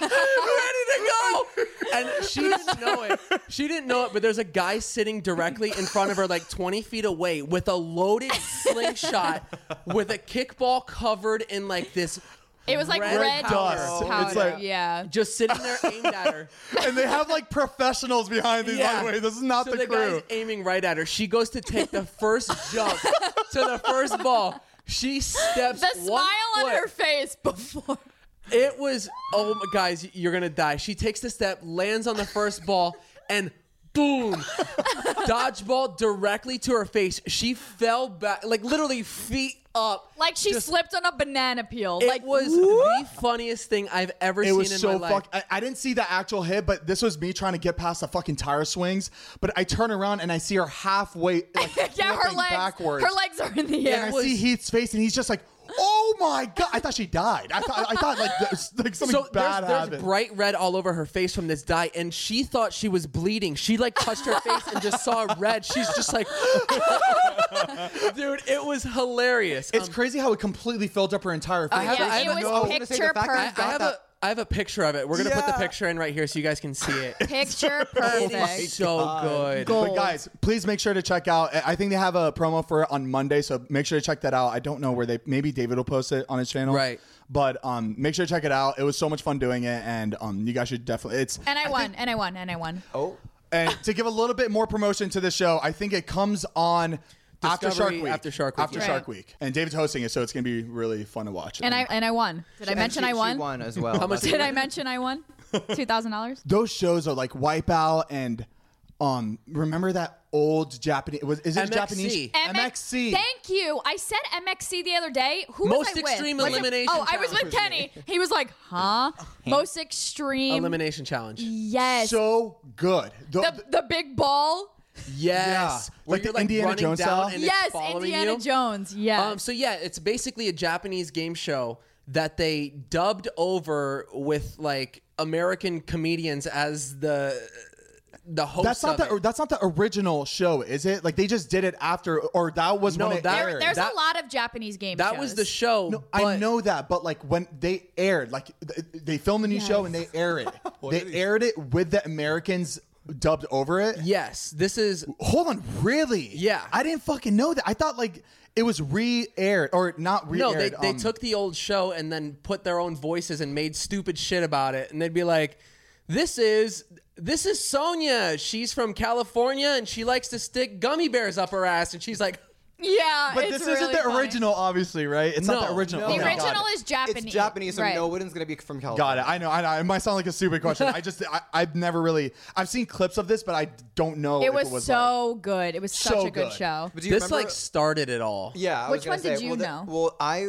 Speaker 3: to go. And she didn't know it. She didn't know it, but there's a guy sitting directly in front of her, like 20 feet away, with a loaded slingshot with a kickball covered in like this.
Speaker 4: It was like
Speaker 3: Red
Speaker 4: red,
Speaker 2: dust.
Speaker 4: powder.
Speaker 2: It's like-
Speaker 4: yeah.
Speaker 3: Just sitting there aimed at her.
Speaker 2: and they have like professionals behind these. By the way, this is not
Speaker 3: so
Speaker 2: the, crew.
Speaker 3: guy's aiming right at her. She goes to take the first
Speaker 2: (laughs)
Speaker 3: jump to the first ball. She steps.
Speaker 4: The
Speaker 3: one
Speaker 4: smile on
Speaker 3: foot.
Speaker 4: her face before. (laughs)
Speaker 3: It was oh my guys, you're gonna die. She takes the step, lands on the first ball, and boom,
Speaker 4: (laughs)
Speaker 3: dodgeball directly to her face. She fell back, like literally feet up.
Speaker 4: Like she
Speaker 3: Just-
Speaker 4: slipped on a banana peel.
Speaker 3: It
Speaker 4: like
Speaker 3: was the funniest thing I've ever
Speaker 2: It
Speaker 3: seen
Speaker 2: was
Speaker 3: in
Speaker 2: so
Speaker 3: my life.
Speaker 2: fuck. I, I didn't see the actual hit, but this was me trying to get past the fucking tire swings. But I turn around and I see her halfway, like,
Speaker 4: (laughs) (laughs) yeah, her
Speaker 2: flipping
Speaker 4: legs.
Speaker 2: backwards.
Speaker 4: Her legs are in the air.
Speaker 2: and I
Speaker 3: was-
Speaker 2: see Heath's face, and he's just like, "Oh my god!" I thought she died. I thought, I thought like, th- like something
Speaker 3: so
Speaker 2: bad
Speaker 3: there's, there's
Speaker 2: happened.
Speaker 3: bright red all over her face from this dye, and she thought she was bleeding. She like touched her face and just saw red. She's just like, (laughs) dude, it was hilarious. Um,
Speaker 2: it's crazy how it completely filled up her entire face.
Speaker 3: have-
Speaker 4: yeah,
Speaker 3: I
Speaker 4: it
Speaker 3: have
Speaker 4: was
Speaker 3: no- I was
Speaker 5: gonna say the
Speaker 4: picture
Speaker 5: fact that
Speaker 3: I,
Speaker 4: perfect.
Speaker 3: I have a I have a picture of it. We're gonna put the
Speaker 2: Yeah. Oh
Speaker 3: picture in right here so you guys can see
Speaker 4: (laughs)
Speaker 3: it.
Speaker 2: (laughs)
Speaker 4: picture
Speaker 3: It is
Speaker 4: perfect.
Speaker 3: so good.
Speaker 2: But guys, please make sure to check out. I I think they have a promo for it on Monday, so make sure to check that out. I don't know where they. Maybe David will post it on his channel,
Speaker 3: Right.
Speaker 2: But um, make sure to check it out. It was so much fun doing it, and um, you guys should definitely. It's
Speaker 4: And I, won. and I won. And I won.
Speaker 5: Oh,
Speaker 2: and to give a little bit more promotion to the show, I think it comes on. After Shark
Speaker 3: Discovery
Speaker 2: Week,
Speaker 3: after Shark Week,
Speaker 2: after
Speaker 3: yeah.
Speaker 2: Shark Week, and David's hosting it, so it's gonna be really fun to watch.
Speaker 4: And I and I won. Did I mention
Speaker 5: she,
Speaker 4: I won?
Speaker 5: She won as well.
Speaker 3: How much
Speaker 4: (laughs)
Speaker 5: That's-
Speaker 4: Did I mention I won? Two thousand dollars.
Speaker 2: those shows are like Wipeout and um remember that old Japanese was is it
Speaker 3: MXC.
Speaker 2: Japanese MXC
Speaker 4: Thank you. I said MXC the other day. Who was
Speaker 3: Most
Speaker 4: I with?
Speaker 3: Extreme
Speaker 4: Was it-
Speaker 3: Elimination
Speaker 4: Oh, I was with Kenny. He was like, "Huh? Most extreme."
Speaker 3: Elimination challenge.
Speaker 4: yes.
Speaker 2: so good The-
Speaker 4: the the big ball.
Speaker 3: Yes. Where
Speaker 2: Like the
Speaker 3: you're,
Speaker 2: Indiana
Speaker 3: running
Speaker 2: Jones
Speaker 3: down
Speaker 2: style?
Speaker 3: and it's
Speaker 4: Yes,
Speaker 3: following
Speaker 4: Indiana
Speaker 3: you.
Speaker 4: Jones. Yes.
Speaker 3: Um, so yeah, it's basically a Japanese game show that they dubbed over with like American comedians as the the host.
Speaker 2: that's not
Speaker 3: of
Speaker 2: the
Speaker 3: it.
Speaker 2: that's not the original show is it like they just did it after or that was
Speaker 3: No,
Speaker 2: when it
Speaker 3: that-
Speaker 2: aired
Speaker 4: There- there's
Speaker 3: that-
Speaker 4: a lot of Japanese game
Speaker 3: that
Speaker 4: shows.
Speaker 3: was the show.
Speaker 2: no, I
Speaker 3: but-
Speaker 2: know that but like when they aired like th- they filmed the new show and they air (laughs) it they aired it with the Americans dubbed over it
Speaker 3: Yes, this is
Speaker 2: hold on really
Speaker 3: Yeah.
Speaker 2: I didn't fucking know that I thought like it was re-aired or not
Speaker 3: No,
Speaker 2: re-aired
Speaker 3: they, they
Speaker 2: um,
Speaker 3: took the old show and then put their own voices and made stupid shit about it. And they'd be like, "This is this is Sonia. She's from California and she likes to stick gummy bears up her ass." And she's like,
Speaker 4: (laughs) Yeah,
Speaker 2: But
Speaker 4: it's
Speaker 2: this isn't
Speaker 4: really
Speaker 2: the
Speaker 4: funny.
Speaker 2: original, obviously, right? It's not
Speaker 3: No.
Speaker 2: the original.
Speaker 5: No.
Speaker 4: The
Speaker 5: Oh my
Speaker 2: Okay, got
Speaker 4: original
Speaker 2: it.
Speaker 4: is Japanese.
Speaker 5: It's Japanese, so
Speaker 4: right.
Speaker 5: no one's gonna be from California.
Speaker 2: Got it. I know. I know. It might sound like a stupid question. I just, I, I've never really, I've seen clips of this, but I don't know.
Speaker 4: It
Speaker 2: if
Speaker 4: was,
Speaker 2: it was like-
Speaker 4: so good. It was such
Speaker 2: So
Speaker 4: a good,
Speaker 2: good.
Speaker 4: show.
Speaker 5: But do you
Speaker 3: "This
Speaker 5: remember-
Speaker 3: like started it all."
Speaker 5: Yeah. I
Speaker 4: Which
Speaker 5: was gonna
Speaker 4: one did
Speaker 5: say,
Speaker 4: you
Speaker 5: well, the-
Speaker 4: know?
Speaker 5: well, I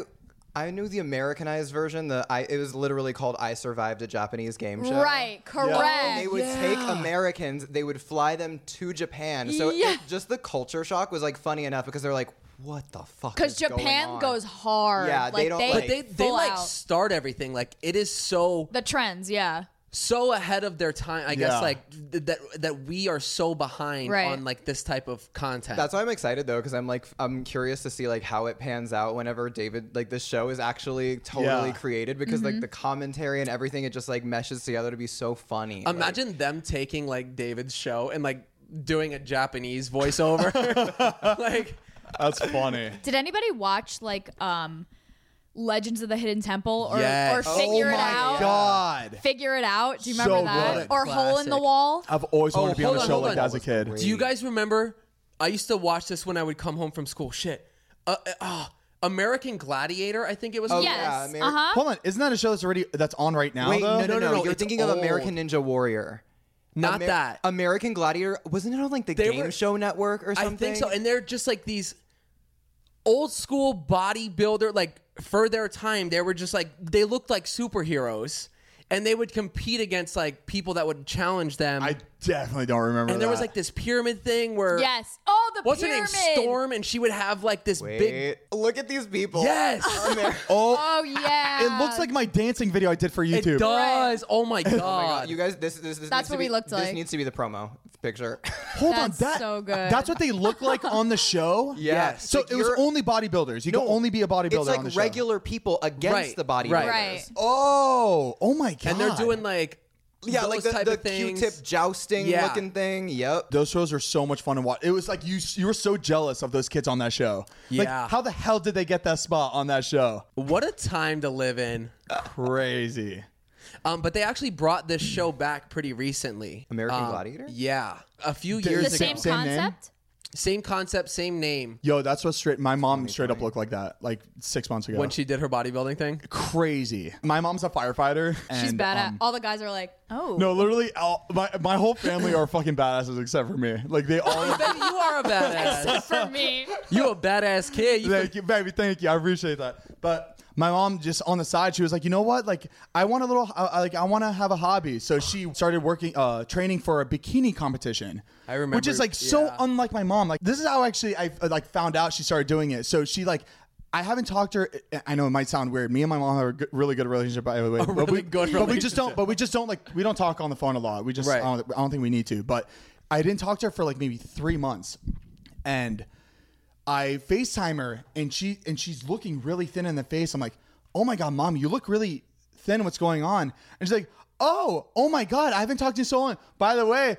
Speaker 5: I knew the Americanized version. The I it was literally called "I Survived a Japanese Game Show."
Speaker 4: Right, correct.
Speaker 5: And they would take Americans, they would fly them to Japan. So it-
Speaker 4: Yeah.
Speaker 5: just the culture shock was like funny enough because they're like, what the fuck?
Speaker 4: Because
Speaker 5: Because
Speaker 4: Japan goes hard.
Speaker 5: Yeah,
Speaker 4: like,
Speaker 5: they don't
Speaker 4: They,
Speaker 5: like-
Speaker 3: But they they
Speaker 4: full
Speaker 3: like
Speaker 4: out.
Speaker 3: start everything. Like it is so
Speaker 4: the trends. Yeah,
Speaker 3: so ahead of their time. I guess
Speaker 2: Yeah.
Speaker 3: like th- that that we are so behind
Speaker 4: Right.
Speaker 3: on like this type of content.
Speaker 5: That's why I'm excited though, because I'm like, I'm curious to see like how it pans out whenever David, like this show is actually totally
Speaker 2: Yeah.
Speaker 5: created because like
Speaker 4: Mm-hmm.
Speaker 5: the commentary and everything, it just like meshes together to be so funny. Like,
Speaker 3: Imagine them taking like David's show and like doing a Japanese
Speaker 5: (laughs)
Speaker 3: voiceover. (laughs) like
Speaker 2: That's funny.
Speaker 4: Did anybody watch like um Legends of the Hidden Temple or
Speaker 3: Yes.
Speaker 4: or
Speaker 3: Oh
Speaker 4: Figure
Speaker 2: oh
Speaker 4: It
Speaker 2: my
Speaker 4: Out?
Speaker 2: God.
Speaker 4: Figure It Out. Do you
Speaker 2: So
Speaker 4: remember that?
Speaker 2: good.
Speaker 4: Or Hole in the
Speaker 3: Classic.
Speaker 4: Wall?
Speaker 2: I've always wanted to be Oh, on
Speaker 3: hold
Speaker 2: a
Speaker 3: on,
Speaker 2: show
Speaker 3: hold
Speaker 2: like
Speaker 3: on.
Speaker 2: that as a kid.
Speaker 3: Do you guys remember? I used to watch this when I would come home from school. Shit. Uh, uh, ah, American Gladiator, I think it was.
Speaker 5: Oh,
Speaker 4: yes.
Speaker 5: yeah, Ameri-
Speaker 4: uh huh.
Speaker 2: Hold on, isn't that a show that's already that's on right now?
Speaker 5: Wait,
Speaker 2: though?
Speaker 5: no, no, no,
Speaker 3: no, no,
Speaker 5: You're
Speaker 3: it's
Speaker 5: thinking
Speaker 3: old.
Speaker 5: of American Ninja Warrior.
Speaker 3: Not
Speaker 5: Amer-
Speaker 3: that.
Speaker 5: American Gladiator wasn't it on like the
Speaker 3: They
Speaker 5: Game
Speaker 3: were-
Speaker 5: Show Network or something?
Speaker 3: I think so. And they're just like these old school bodybuilder, like for their time, they were just like they looked like superheroes. And they would compete against like people that would challenge them.
Speaker 2: I definitely don't remember.
Speaker 3: and there was
Speaker 2: that.
Speaker 3: like this pyramid thing where
Speaker 4: Yes. Oh, the
Speaker 3: what's
Speaker 4: pyramid.
Speaker 3: her name? Storm, and she would have like this
Speaker 5: Wait,
Speaker 3: big
Speaker 5: look at these people.
Speaker 3: Yes!
Speaker 5: (laughs)
Speaker 4: (laughs)
Speaker 5: Amer-
Speaker 2: Oh,
Speaker 4: Oh yeah.
Speaker 2: it looks like my dancing video I did for
Speaker 3: It
Speaker 2: YouTube.
Speaker 3: does. (laughs) Oh my god.
Speaker 5: (laughs) Oh my God, you guys, this this, this
Speaker 4: That's
Speaker 5: needs to
Speaker 4: what we
Speaker 5: be-
Speaker 4: looked
Speaker 5: This
Speaker 4: like.
Speaker 5: needs to be the promo
Speaker 3: (laughs)
Speaker 5: picture.
Speaker 2: Hold
Speaker 4: That's
Speaker 2: on, that uh,
Speaker 4: so good.
Speaker 2: that's what they look like on the
Speaker 3: (laughs)
Speaker 2: show.
Speaker 5: Yes.
Speaker 2: So
Speaker 5: Like
Speaker 2: it was
Speaker 5: you're-
Speaker 2: only bodybuilders. You
Speaker 5: No,
Speaker 2: can only be a bodybuilder
Speaker 5: it's
Speaker 2: on the
Speaker 5: like
Speaker 2: show.
Speaker 5: regular people against
Speaker 3: Right,
Speaker 5: the
Speaker 3: right.
Speaker 5: bodybuilders.
Speaker 4: Right.
Speaker 2: Oh, oh my god!
Speaker 3: and they're doing like
Speaker 5: Oh, Yeah,
Speaker 3: those
Speaker 5: like the,
Speaker 3: type
Speaker 5: the
Speaker 3: of things.
Speaker 5: Q-tip jousting
Speaker 3: Yeah.
Speaker 5: looking thing. Yep.
Speaker 2: those shows are so much fun to watch. It was like you you were so jealous of those kids on that show.
Speaker 3: Yeah.
Speaker 2: Like, how the hell did they get that spot on that show?
Speaker 3: What a time to live in.
Speaker 2: Crazy.
Speaker 3: Um, but they actually brought this show back pretty recently.
Speaker 5: American
Speaker 3: Um,
Speaker 5: Gladiator?
Speaker 3: Yeah, a few
Speaker 2: The
Speaker 3: years
Speaker 4: the
Speaker 3: ago.
Speaker 4: same,
Speaker 2: Same name?
Speaker 4: concept.
Speaker 3: Same concept, same name.
Speaker 2: Yo, that's what straight. My mom straight up looked like that like six months ago.
Speaker 3: When she did her
Speaker 4: (laughs)
Speaker 3: bodybuilding thing,
Speaker 2: crazy. My mom's a firefighter.
Speaker 4: She's
Speaker 2: and,
Speaker 4: bad at.
Speaker 2: um,
Speaker 4: all the guys are like, oh.
Speaker 2: no, literally, all, my my whole family are fucking badasses except for me. Like they
Speaker 4: Oh,
Speaker 3: (laughs)
Speaker 2: all.
Speaker 3: baby, you are
Speaker 4: (laughs)
Speaker 3: a badass.
Speaker 4: For
Speaker 2: (laughs)
Speaker 4: me.
Speaker 3: you a badass kid. You
Speaker 2: Thank you, baby. Thank you. I appreciate that. But my mom just on the side, she was like, you know what? Like, I want a little, I, I- like, I want to have a hobby. So she started working, uh, training for a bikini competition.
Speaker 3: I remember-
Speaker 2: which is like so
Speaker 3: yeah.
Speaker 2: unlike my mom. Like, this is how actually I uh, like found out she started doing it. So she like. I haven't talked to her. I know it might sound weird. Me and my mom have a good, really good relationship, by
Speaker 3: (laughs)
Speaker 2: the way. but
Speaker 3: (laughs) really
Speaker 2: we,
Speaker 3: good
Speaker 2: but we just don't. But we just don't like. We don't talk on the phone a lot. We just.
Speaker 3: Right.
Speaker 2: I, don't, I don't think we need to. But I didn't talk to her for like maybe three months, and I FaceTime her and she and she's looking really thin in the face. I'm like, oh my god, mom, you look really thin. What's going on? And she's like, oh, oh my god, I haven't talked to you in so long. By the way,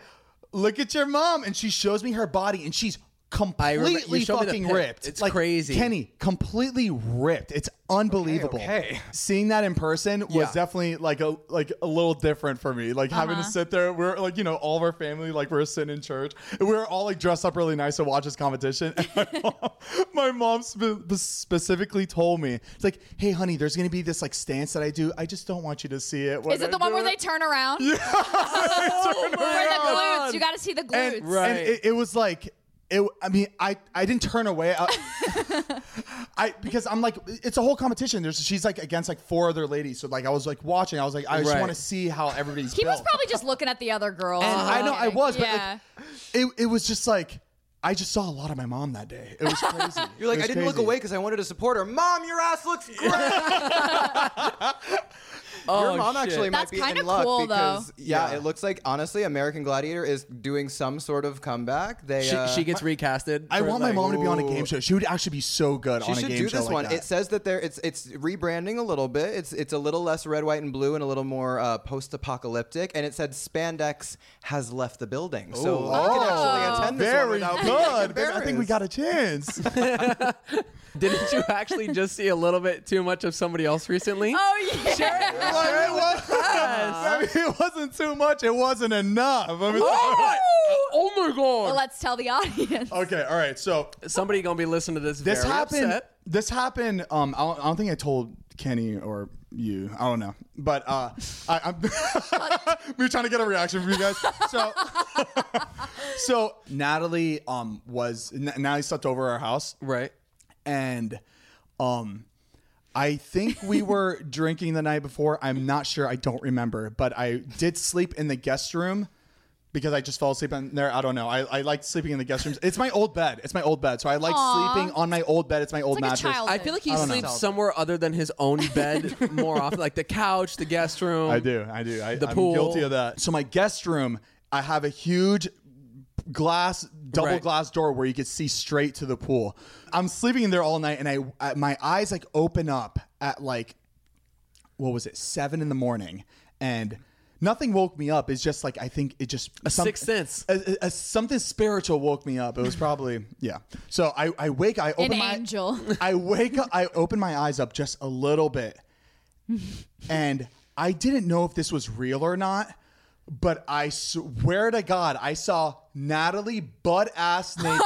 Speaker 2: look at your mom. And she shows me her body and she's
Speaker 3: remember- you
Speaker 2: completely
Speaker 3: showed me the
Speaker 2: fucking
Speaker 3: pic.
Speaker 2: ripped.
Speaker 3: It's crazy.
Speaker 2: Kenny, completely ripped. It's unbelievable.
Speaker 5: okay.
Speaker 2: Seeing that in person
Speaker 3: Yeah.
Speaker 2: was definitely like a like a little different for me. Like having
Speaker 4: Uh-huh.
Speaker 2: to sit there, we're like you know all of our family like we're sitting in church, and we're all like dressed up really nice to watch this competition. (laughs) And my mom, my mom spe- specifically told me, it's like, hey honey, there's gonna be this like stance that I do. I just don't want you to see it. when
Speaker 4: Is it
Speaker 2: I
Speaker 4: the one
Speaker 2: do
Speaker 4: where they turn around? Where the glutes. You got to see the glutes.
Speaker 2: and, and it, it was like it, I mean, I, I didn't turn away.
Speaker 5: (laughs)
Speaker 2: I, I because I'm like, it's a whole competition. There's she's like against like four other ladies. So like I was like watching. I was like, I just
Speaker 3: Right.
Speaker 2: want to see how everybody's.
Speaker 4: He was
Speaker 2: built.
Speaker 4: probably just looking at the other girl.
Speaker 2: And I know I was, but
Speaker 4: yeah.
Speaker 2: like, it, it was just like I just saw a lot of my mom that day. It was crazy.
Speaker 5: (laughs) You're like, I didn't look away because I wanted to support her. Mom, your
Speaker 3: (laughs)
Speaker 5: ass looks great.
Speaker 3: Oh,
Speaker 5: your mom actually
Speaker 4: That's
Speaker 5: might be
Speaker 4: kinda
Speaker 5: in luck
Speaker 4: cool, though.
Speaker 5: because yeah,
Speaker 2: Oh, Yeah.
Speaker 5: it looks like honestly, American Gladiator is doing some sort of comeback. They
Speaker 3: She,
Speaker 5: uh,
Speaker 3: she gets recasted.
Speaker 2: I
Speaker 3: for,
Speaker 2: want
Speaker 3: like-
Speaker 2: my mom to be on a
Speaker 5: ooh.
Speaker 2: game show. She would actually be so good
Speaker 5: She
Speaker 2: on a
Speaker 5: should
Speaker 2: game
Speaker 5: do
Speaker 2: show
Speaker 5: this
Speaker 2: like
Speaker 5: one.
Speaker 2: that.
Speaker 5: It says that there it's it's rebranding a little bit. It's it's a little less red, white, and blue, and a little more uh, post-apocalyptic. And it said spandex has left the building, so you can
Speaker 4: Oh.
Speaker 5: actually attend this
Speaker 2: Oh,
Speaker 5: one
Speaker 2: very
Speaker 5: without being
Speaker 2: good. I think we
Speaker 5: embarrassed.
Speaker 2: got a chance.
Speaker 3: (laughs)
Speaker 5: (laughs)
Speaker 3: Didn't you actually just see a little bit too much of somebody else recently?
Speaker 4: Oh yeah.
Speaker 2: Like, it, was, (laughs) I mean, it wasn't too much. (laughs) It wasn't enough. I mean,
Speaker 3: (laughs) Oh my
Speaker 4: Well,
Speaker 3: god!
Speaker 4: let's tell the audience.
Speaker 2: okay, all right. So
Speaker 3: Somebody gonna be listening to this.
Speaker 2: this
Speaker 3: very
Speaker 2: happened.
Speaker 3: upset.
Speaker 2: This happened. Um, I don't, I don't think I told Kenny or you. I don't know, but uh, I, I'm (laughs) we were trying to get a reaction from you guys. So, (laughs) so Natalie um was N- Natalie slept over at our house.
Speaker 3: Right.
Speaker 2: and um I think
Speaker 4: (laughs)
Speaker 2: we were drinking the night before. I'm not sure. I don't remember, but I did sleep in the guest room because I just fell asleep in there. I don't know. I, I like sleeping in the guest rooms. It's my old bed. It's my old bed. So I like sleeping on my old bed. It's my old
Speaker 4: like a
Speaker 2: mattress.
Speaker 4: child.
Speaker 3: I feel like he
Speaker 2: I don't know.
Speaker 3: sleeps somewhere other than his own bed (laughs) more often, like the couch, the guest room.
Speaker 2: I do. I do. I,
Speaker 3: The
Speaker 2: I'm
Speaker 3: pool.
Speaker 2: guilty of that. So my guest room, I have a huge glass double
Speaker 3: Right.
Speaker 2: glass door where you could see straight to the pool. I'm sleeping in there all night and I, I my eyes like open up at like what was it? 7 in the morning and nothing woke me up. It's just like I think it just a
Speaker 3: sixth sense.
Speaker 2: a, a- something spiritual woke me up. It was probably (laughs) yeah. So I, I wake I open
Speaker 4: An
Speaker 2: my
Speaker 4: angel.
Speaker 2: (laughs) I wake up I open my eyes up just a
Speaker 4: (laughs)
Speaker 2: little bit and I didn't know if this was real or not, but
Speaker 4: (laughs)
Speaker 2: I swear to God, I saw Natalie butt ass naked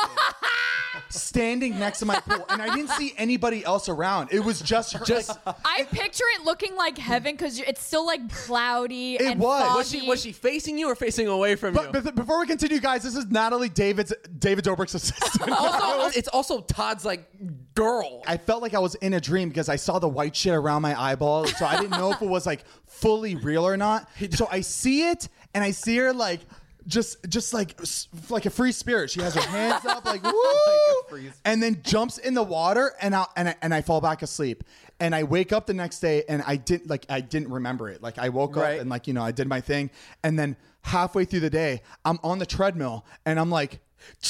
Speaker 2: standing next to my pool, and I didn't see anybody else around. It was just her.
Speaker 3: Just-
Speaker 2: like,
Speaker 4: I picture it looking like heaven because it's still like cloudy.
Speaker 2: It
Speaker 4: and
Speaker 2: was.
Speaker 4: Foggy.
Speaker 3: Was she was she facing you or facing away from
Speaker 2: but,
Speaker 3: you?
Speaker 2: but before we continue, guys, this is Natalie David's David
Speaker 4: (laughs)
Speaker 2: Dobrik's assistant.
Speaker 3: also, it's also Todd's like girl.
Speaker 2: I felt like I was in a dream because I saw the white shit around my eyeball, so I didn't know if it was like fully real or not. So I see it, and I see her like just, just like s- like a free spirit. She has her hands up, like woo, and then jumps in the water, and I and I, and I fall back asleep. And I wake up the next day, and I didn't like I didn't remember it. Like I woke
Speaker 3: Right.
Speaker 2: up and like you know I did my thing, and then halfway through the day, I'm on the treadmill, and I'm like,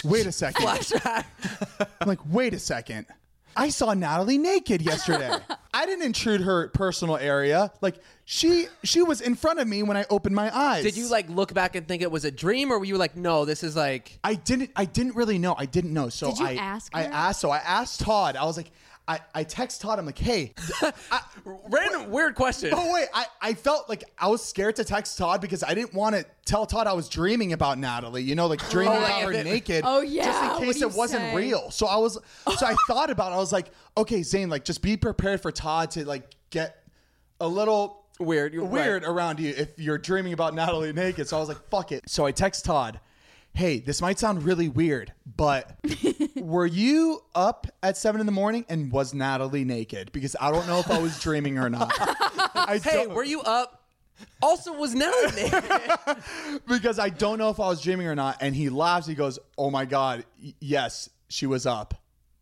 Speaker 2: wait a second. I'm like, wait a second. I saw Natalie
Speaker 4: (laughs)
Speaker 2: naked yesterday. I didn't intrude her personal area. Like she she was in front of me when I opened my eyes.
Speaker 3: (laughs) Did you like look back and think it was a dream, or were you like, no, this is like?
Speaker 2: I didn't I didn't really know. I didn't know. So
Speaker 4: Did you
Speaker 2: I
Speaker 4: ask
Speaker 2: I
Speaker 4: her?
Speaker 2: asked so I asked Todd. I was like I, I text Todd, I'm like, hey,
Speaker 3: Random weird question.
Speaker 2: oh wait, I, I felt like I was scared to text Todd because I didn't want to tell Todd I was dreaming about Natalie, you know, like dreaming
Speaker 3: Oh, like
Speaker 2: about her
Speaker 3: if it-
Speaker 2: naked.
Speaker 4: Oh, yeah.
Speaker 2: Just
Speaker 4: What
Speaker 2: in
Speaker 4: do
Speaker 2: case
Speaker 4: you
Speaker 2: it wasn't
Speaker 4: say?
Speaker 2: real. So I was
Speaker 4: (laughs)
Speaker 2: so I thought about it, I was like, okay, Zane, like just be prepared for Todd to like get a little
Speaker 3: (laughs) Weird, you're
Speaker 2: weird
Speaker 3: right.
Speaker 2: around you if you're dreaming about Natalie naked. So I was like, fuck it. So I text Todd, hey, this might sound really weird,
Speaker 3: (laughs)
Speaker 2: but were you up at seven in the morning and was Natalie naked? Because I don't know if I was dreaming or
Speaker 3: (laughs)
Speaker 2: not. I
Speaker 3: Hey,
Speaker 2: don't-
Speaker 3: were you up? Also, was Nelly
Speaker 2: (laughs)
Speaker 3: there?
Speaker 2: because I don't know if I was dreaming or not. And he laughs. He goes, "Oh my god, y- yes, she was up."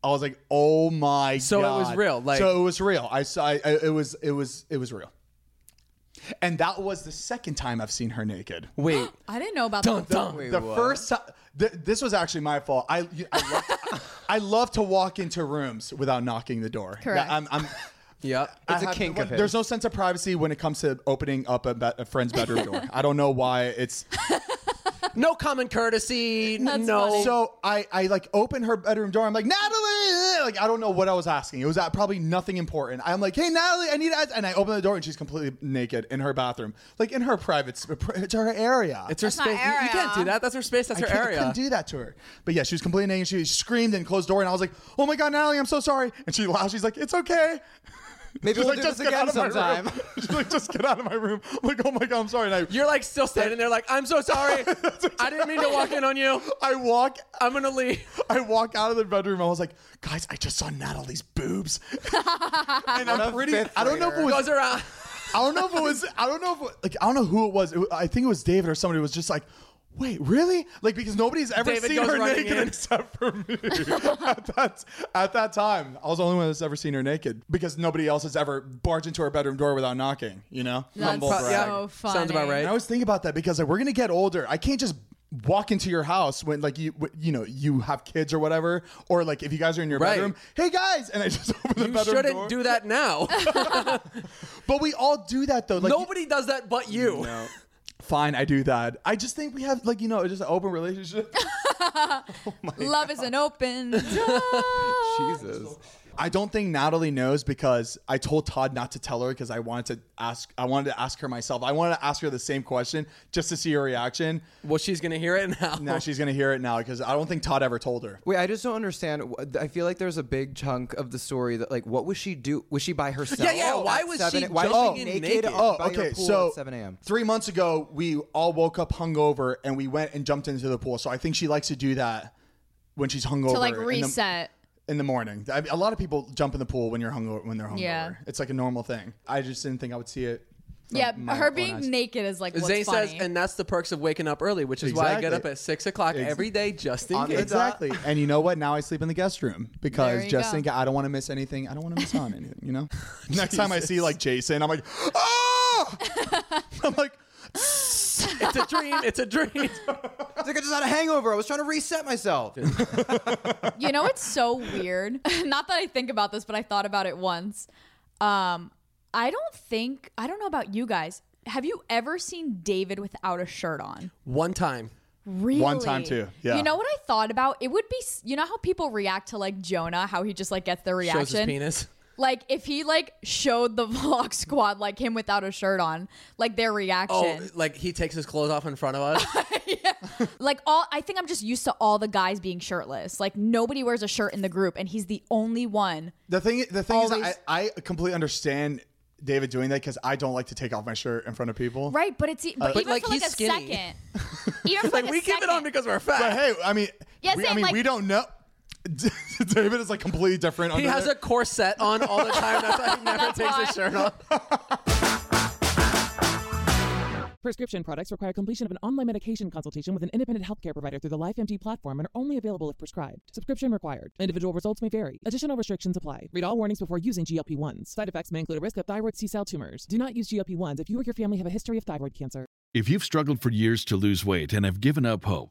Speaker 2: I was like, "Oh my
Speaker 3: So it
Speaker 2: god!"
Speaker 3: was real, like-
Speaker 2: so it was real. I saw. I, I- it was. It was. It was real. And that was the second time I've seen her naked.
Speaker 3: Wait,
Speaker 4: I didn't know about
Speaker 3: dun
Speaker 4: that.
Speaker 3: dun.
Speaker 2: the first time. Th- this was actually my fault. I I love, (laughs) I love to walk into rooms without knocking the door.
Speaker 4: Correct.
Speaker 2: I'm,
Speaker 5: (laughs)
Speaker 2: I'm,
Speaker 3: Yeah.
Speaker 2: I
Speaker 5: It's a
Speaker 2: have-
Speaker 5: kink of his.
Speaker 2: There's no sense of privacy when it comes to opening up a, be- a friend's bedroom door. I don't know why
Speaker 5: (laughs)
Speaker 2: it's
Speaker 3: No common courtesy.
Speaker 4: That's
Speaker 3: no.
Speaker 4: funny.
Speaker 2: So I, I like open her bedroom door. I'm like Natalie, like I don't know what I was asking. It was uh, probably nothing important. I'm like, hey Natalie, I need to ask. and I open the door and she's completely naked in her bathroom, like in her private, sp- pr- it's her area.
Speaker 3: It's her space. You, you can't do that. That's her space. That's
Speaker 2: I
Speaker 3: her
Speaker 2: can't- I
Speaker 3: area.
Speaker 2: couldn't do that to her. But yeah, she was completely naked. She screamed and closed the door, and I was like, oh my god, Natalie, I'm so sorry. And she laughed. She's like, it's okay.
Speaker 5: Maybe
Speaker 2: She's
Speaker 5: we'll
Speaker 2: like,
Speaker 5: do
Speaker 2: just
Speaker 5: this
Speaker 2: get
Speaker 5: again
Speaker 2: out of my room.
Speaker 5: sometime.
Speaker 2: (laughs) She's like, just get out of my room. I'm like, oh my god, I'm sorry. And I,
Speaker 3: You're like still standing there, like I'm
Speaker 2: (laughs)
Speaker 3: so sorry. I didn't mean to walk in on you.
Speaker 2: I walk
Speaker 3: I'm gonna leave.
Speaker 2: I walk out of (laughs) the bedroom. I was like, guys, I just saw Natalie's boobs. (laughs) and I'm pretty.
Speaker 5: fifth
Speaker 2: I don't know if it
Speaker 5: grader.
Speaker 2: was.
Speaker 3: Goes around.
Speaker 2: I don't know if it was. I don't know if it- like I don't know who it was. It wa- I think it was David or somebody was just like. Wait, really? Like because nobody's ever
Speaker 3: David
Speaker 2: seen
Speaker 3: goes
Speaker 2: her
Speaker 3: running
Speaker 2: naked
Speaker 3: in.
Speaker 2: except for me. (laughs) at, that, at that time, I was the only one that's ever seen her naked because nobody else has ever barged into her bedroom door without knocking. You know,
Speaker 4: That's
Speaker 2: Humble
Speaker 4: so
Speaker 2: brag.
Speaker 4: funny.
Speaker 3: Sounds about right.
Speaker 2: And I always think about that because like we're gonna get older. I can't just walk into your house when like you wh- you know you have kids or whatever, or like if you guys are in your
Speaker 3: Right.
Speaker 2: bedroom, hey guys, and I just (laughs) open the
Speaker 3: You
Speaker 2: bedroom
Speaker 3: shouldn't
Speaker 2: door.
Speaker 3: do
Speaker 2: (laughs)
Speaker 3: that now.
Speaker 2: but we all do that though. Like you-
Speaker 3: Nobody does that but you.
Speaker 2: (laughs) Fine, I do that. I just think we have like you know just an open
Speaker 5: (laughs)
Speaker 2: relationship.
Speaker 4: Love is an
Speaker 2: (laughs)
Speaker 4: open door.
Speaker 5: Jesus.
Speaker 2: I don't think Natalie knows because I told Todd not to tell her because I wanted to ask. I wanted to ask her myself. I wanted to ask her the same question just to see her reaction.
Speaker 3: Well, she's gonna hear it now.
Speaker 2: Now she's gonna hear it now because I don't think Todd ever told her.
Speaker 5: Wait, I just don't understand. Wh- I feel like there's a big chunk of the story that, like, what was she do? Was she by herself?
Speaker 3: Yeah, yeah, why
Speaker 5: at
Speaker 3: was
Speaker 5: 7
Speaker 3: she
Speaker 5: Why was
Speaker 3: jumping
Speaker 5: she
Speaker 3: in
Speaker 5: naked?
Speaker 3: naked?
Speaker 2: Oh,
Speaker 5: by your
Speaker 2: okay.
Speaker 5: pool
Speaker 2: So
Speaker 5: at 7 a.m.
Speaker 2: Three months ago, we all woke up hungover and we went and jumped into the pool. So I think she likes to do that when she's hungover
Speaker 4: to like
Speaker 2: in the-
Speaker 4: reset.
Speaker 2: in the, morning. I, a lot of people jump in the pool when you're hungover when they're hungover.
Speaker 4: Yeah.
Speaker 2: it's like a normal thing. I just didn't think I would see it. from
Speaker 4: yeah,
Speaker 2: my
Speaker 4: her
Speaker 2: own
Speaker 4: being
Speaker 2: eyes.
Speaker 4: naked is like (laughs) what's
Speaker 3: Zane
Speaker 4: funny.
Speaker 3: says, and that's the perks of waking up early, which is why I get up
Speaker 2: Exactly.
Speaker 3: at six o'clock
Speaker 2: Ex-
Speaker 3: every day just in
Speaker 5: On the
Speaker 3: case.
Speaker 5: dot.
Speaker 2: Exactly. and you know what? Now I sleep in the guest room because
Speaker 4: you
Speaker 2: just
Speaker 4: go.
Speaker 2: think I don't want to miss anything. I don't want to miss out
Speaker 4: (laughs)
Speaker 2: on anything, you
Speaker 3: (laughs)
Speaker 2: know? Next time I see like Jason, I'm like, oh! (laughs) I'm like,
Speaker 3: (laughs) It's a dream. It's
Speaker 2: (laughs)
Speaker 3: a dream.
Speaker 5: It's like I just had a hangover. I was trying to reset myself.
Speaker 4: you know, it's so weird. (laughs) Not that I think about this, but I thought about it once. Um, I don't think I don't know about you guys. Have you ever seen David without a shirt on?
Speaker 3: One time.
Speaker 4: Really?
Speaker 2: time too, yeah.
Speaker 4: You know what I thought about? It would be s- you know how people react to like Jonah, how he just like gets their reaction.
Speaker 3: Shows his penis.
Speaker 4: Like if he like showed the (laughs) vlog squad like him without a shirt on, like their
Speaker 3: Oh,
Speaker 4: reaction.
Speaker 3: like he takes his clothes off in front of us.
Speaker 4: (laughs) Like all I think I'm just used to all the guys being shirtless. Like nobody wears a shirt in the group and he's the only one.
Speaker 2: The thing, the thing
Speaker 4: Always-
Speaker 2: is, I, I completely understand David doing that because I don't like to take off my shirt in front of people.
Speaker 4: Right, but it's e, but,
Speaker 3: But,
Speaker 4: even
Speaker 3: like,
Speaker 4: for like
Speaker 3: he's
Speaker 4: a
Speaker 3: skinny. (laughs)
Speaker 4: second. Even for
Speaker 3: Uh, like
Speaker 4: a
Speaker 3: we keep it
Speaker 4: second.
Speaker 3: on because we're fat.
Speaker 2: But hey, I mean,
Speaker 4: Yeah,
Speaker 2: we, I
Speaker 4: same,
Speaker 2: mean,
Speaker 4: like-
Speaker 2: we don't know. (laughs) David is like completely different.
Speaker 3: he
Speaker 2: under
Speaker 3: has
Speaker 2: there.
Speaker 3: a corset on all the time. That's why
Speaker 4: (laughs)
Speaker 3: he never
Speaker 4: That's
Speaker 3: takes
Speaker 4: why.
Speaker 3: his shirt off.
Speaker 4: (laughs)
Speaker 6: Prescription products require completion of an online medication consultation with an independent healthcare provider through the LifeMD platform and are only available if prescribed. Subscription required. Individual results may vary. Additional restrictions apply. Read all warnings before using GLP-1s. Side effects may include a risk of thyroid C-cell tumors. Do not use GLP-1s if you or your family have a history of thyroid cancer.
Speaker 1: If you've struggled for years to lose weight and have given up hope,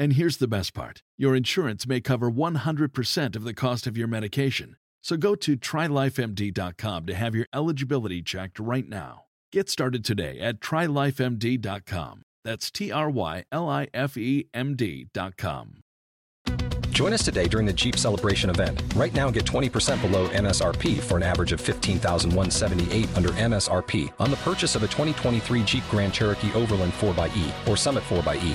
Speaker 1: And here's the best part your insurance may cover 100% of the cost of your medication. So go to trylifemd.com to have your eligibility checked right now. Get started today at trylifemd.com. That's T R Y L I F E M D.com.
Speaker 7: Join us today during the Jeep Celebration event. Right now, get 20% below MSRP for an average of 15178 under MSRP on the purchase of a 2023 Jeep Grand Cherokee Overland 4xE or Summit 4xE.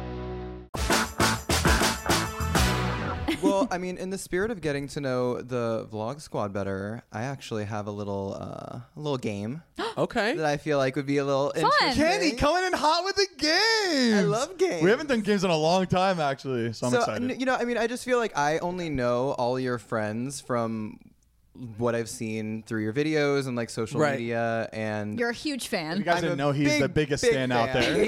Speaker 5: well, I mean, in the spirit of getting to know the vlog squad better, I actually have a little uh, a little game that
Speaker 3: Okay.
Speaker 5: I feel like would be a little
Speaker 4: Fun.
Speaker 5: interesting.
Speaker 2: Kenny coming in hot with the games.
Speaker 5: I love games.
Speaker 2: We haven't done games in a long time, actually, so I'm excited.
Speaker 5: n- you know, I mean, I just feel like I only know all your friends from what I've seen through your videos and like social
Speaker 3: Right.
Speaker 5: media and
Speaker 4: You're a huge fan.
Speaker 2: you guys
Speaker 5: I'm
Speaker 2: didn't
Speaker 5: a
Speaker 2: know he's the
Speaker 5: big,
Speaker 2: biggest
Speaker 5: big
Speaker 2: fan out
Speaker 5: fan.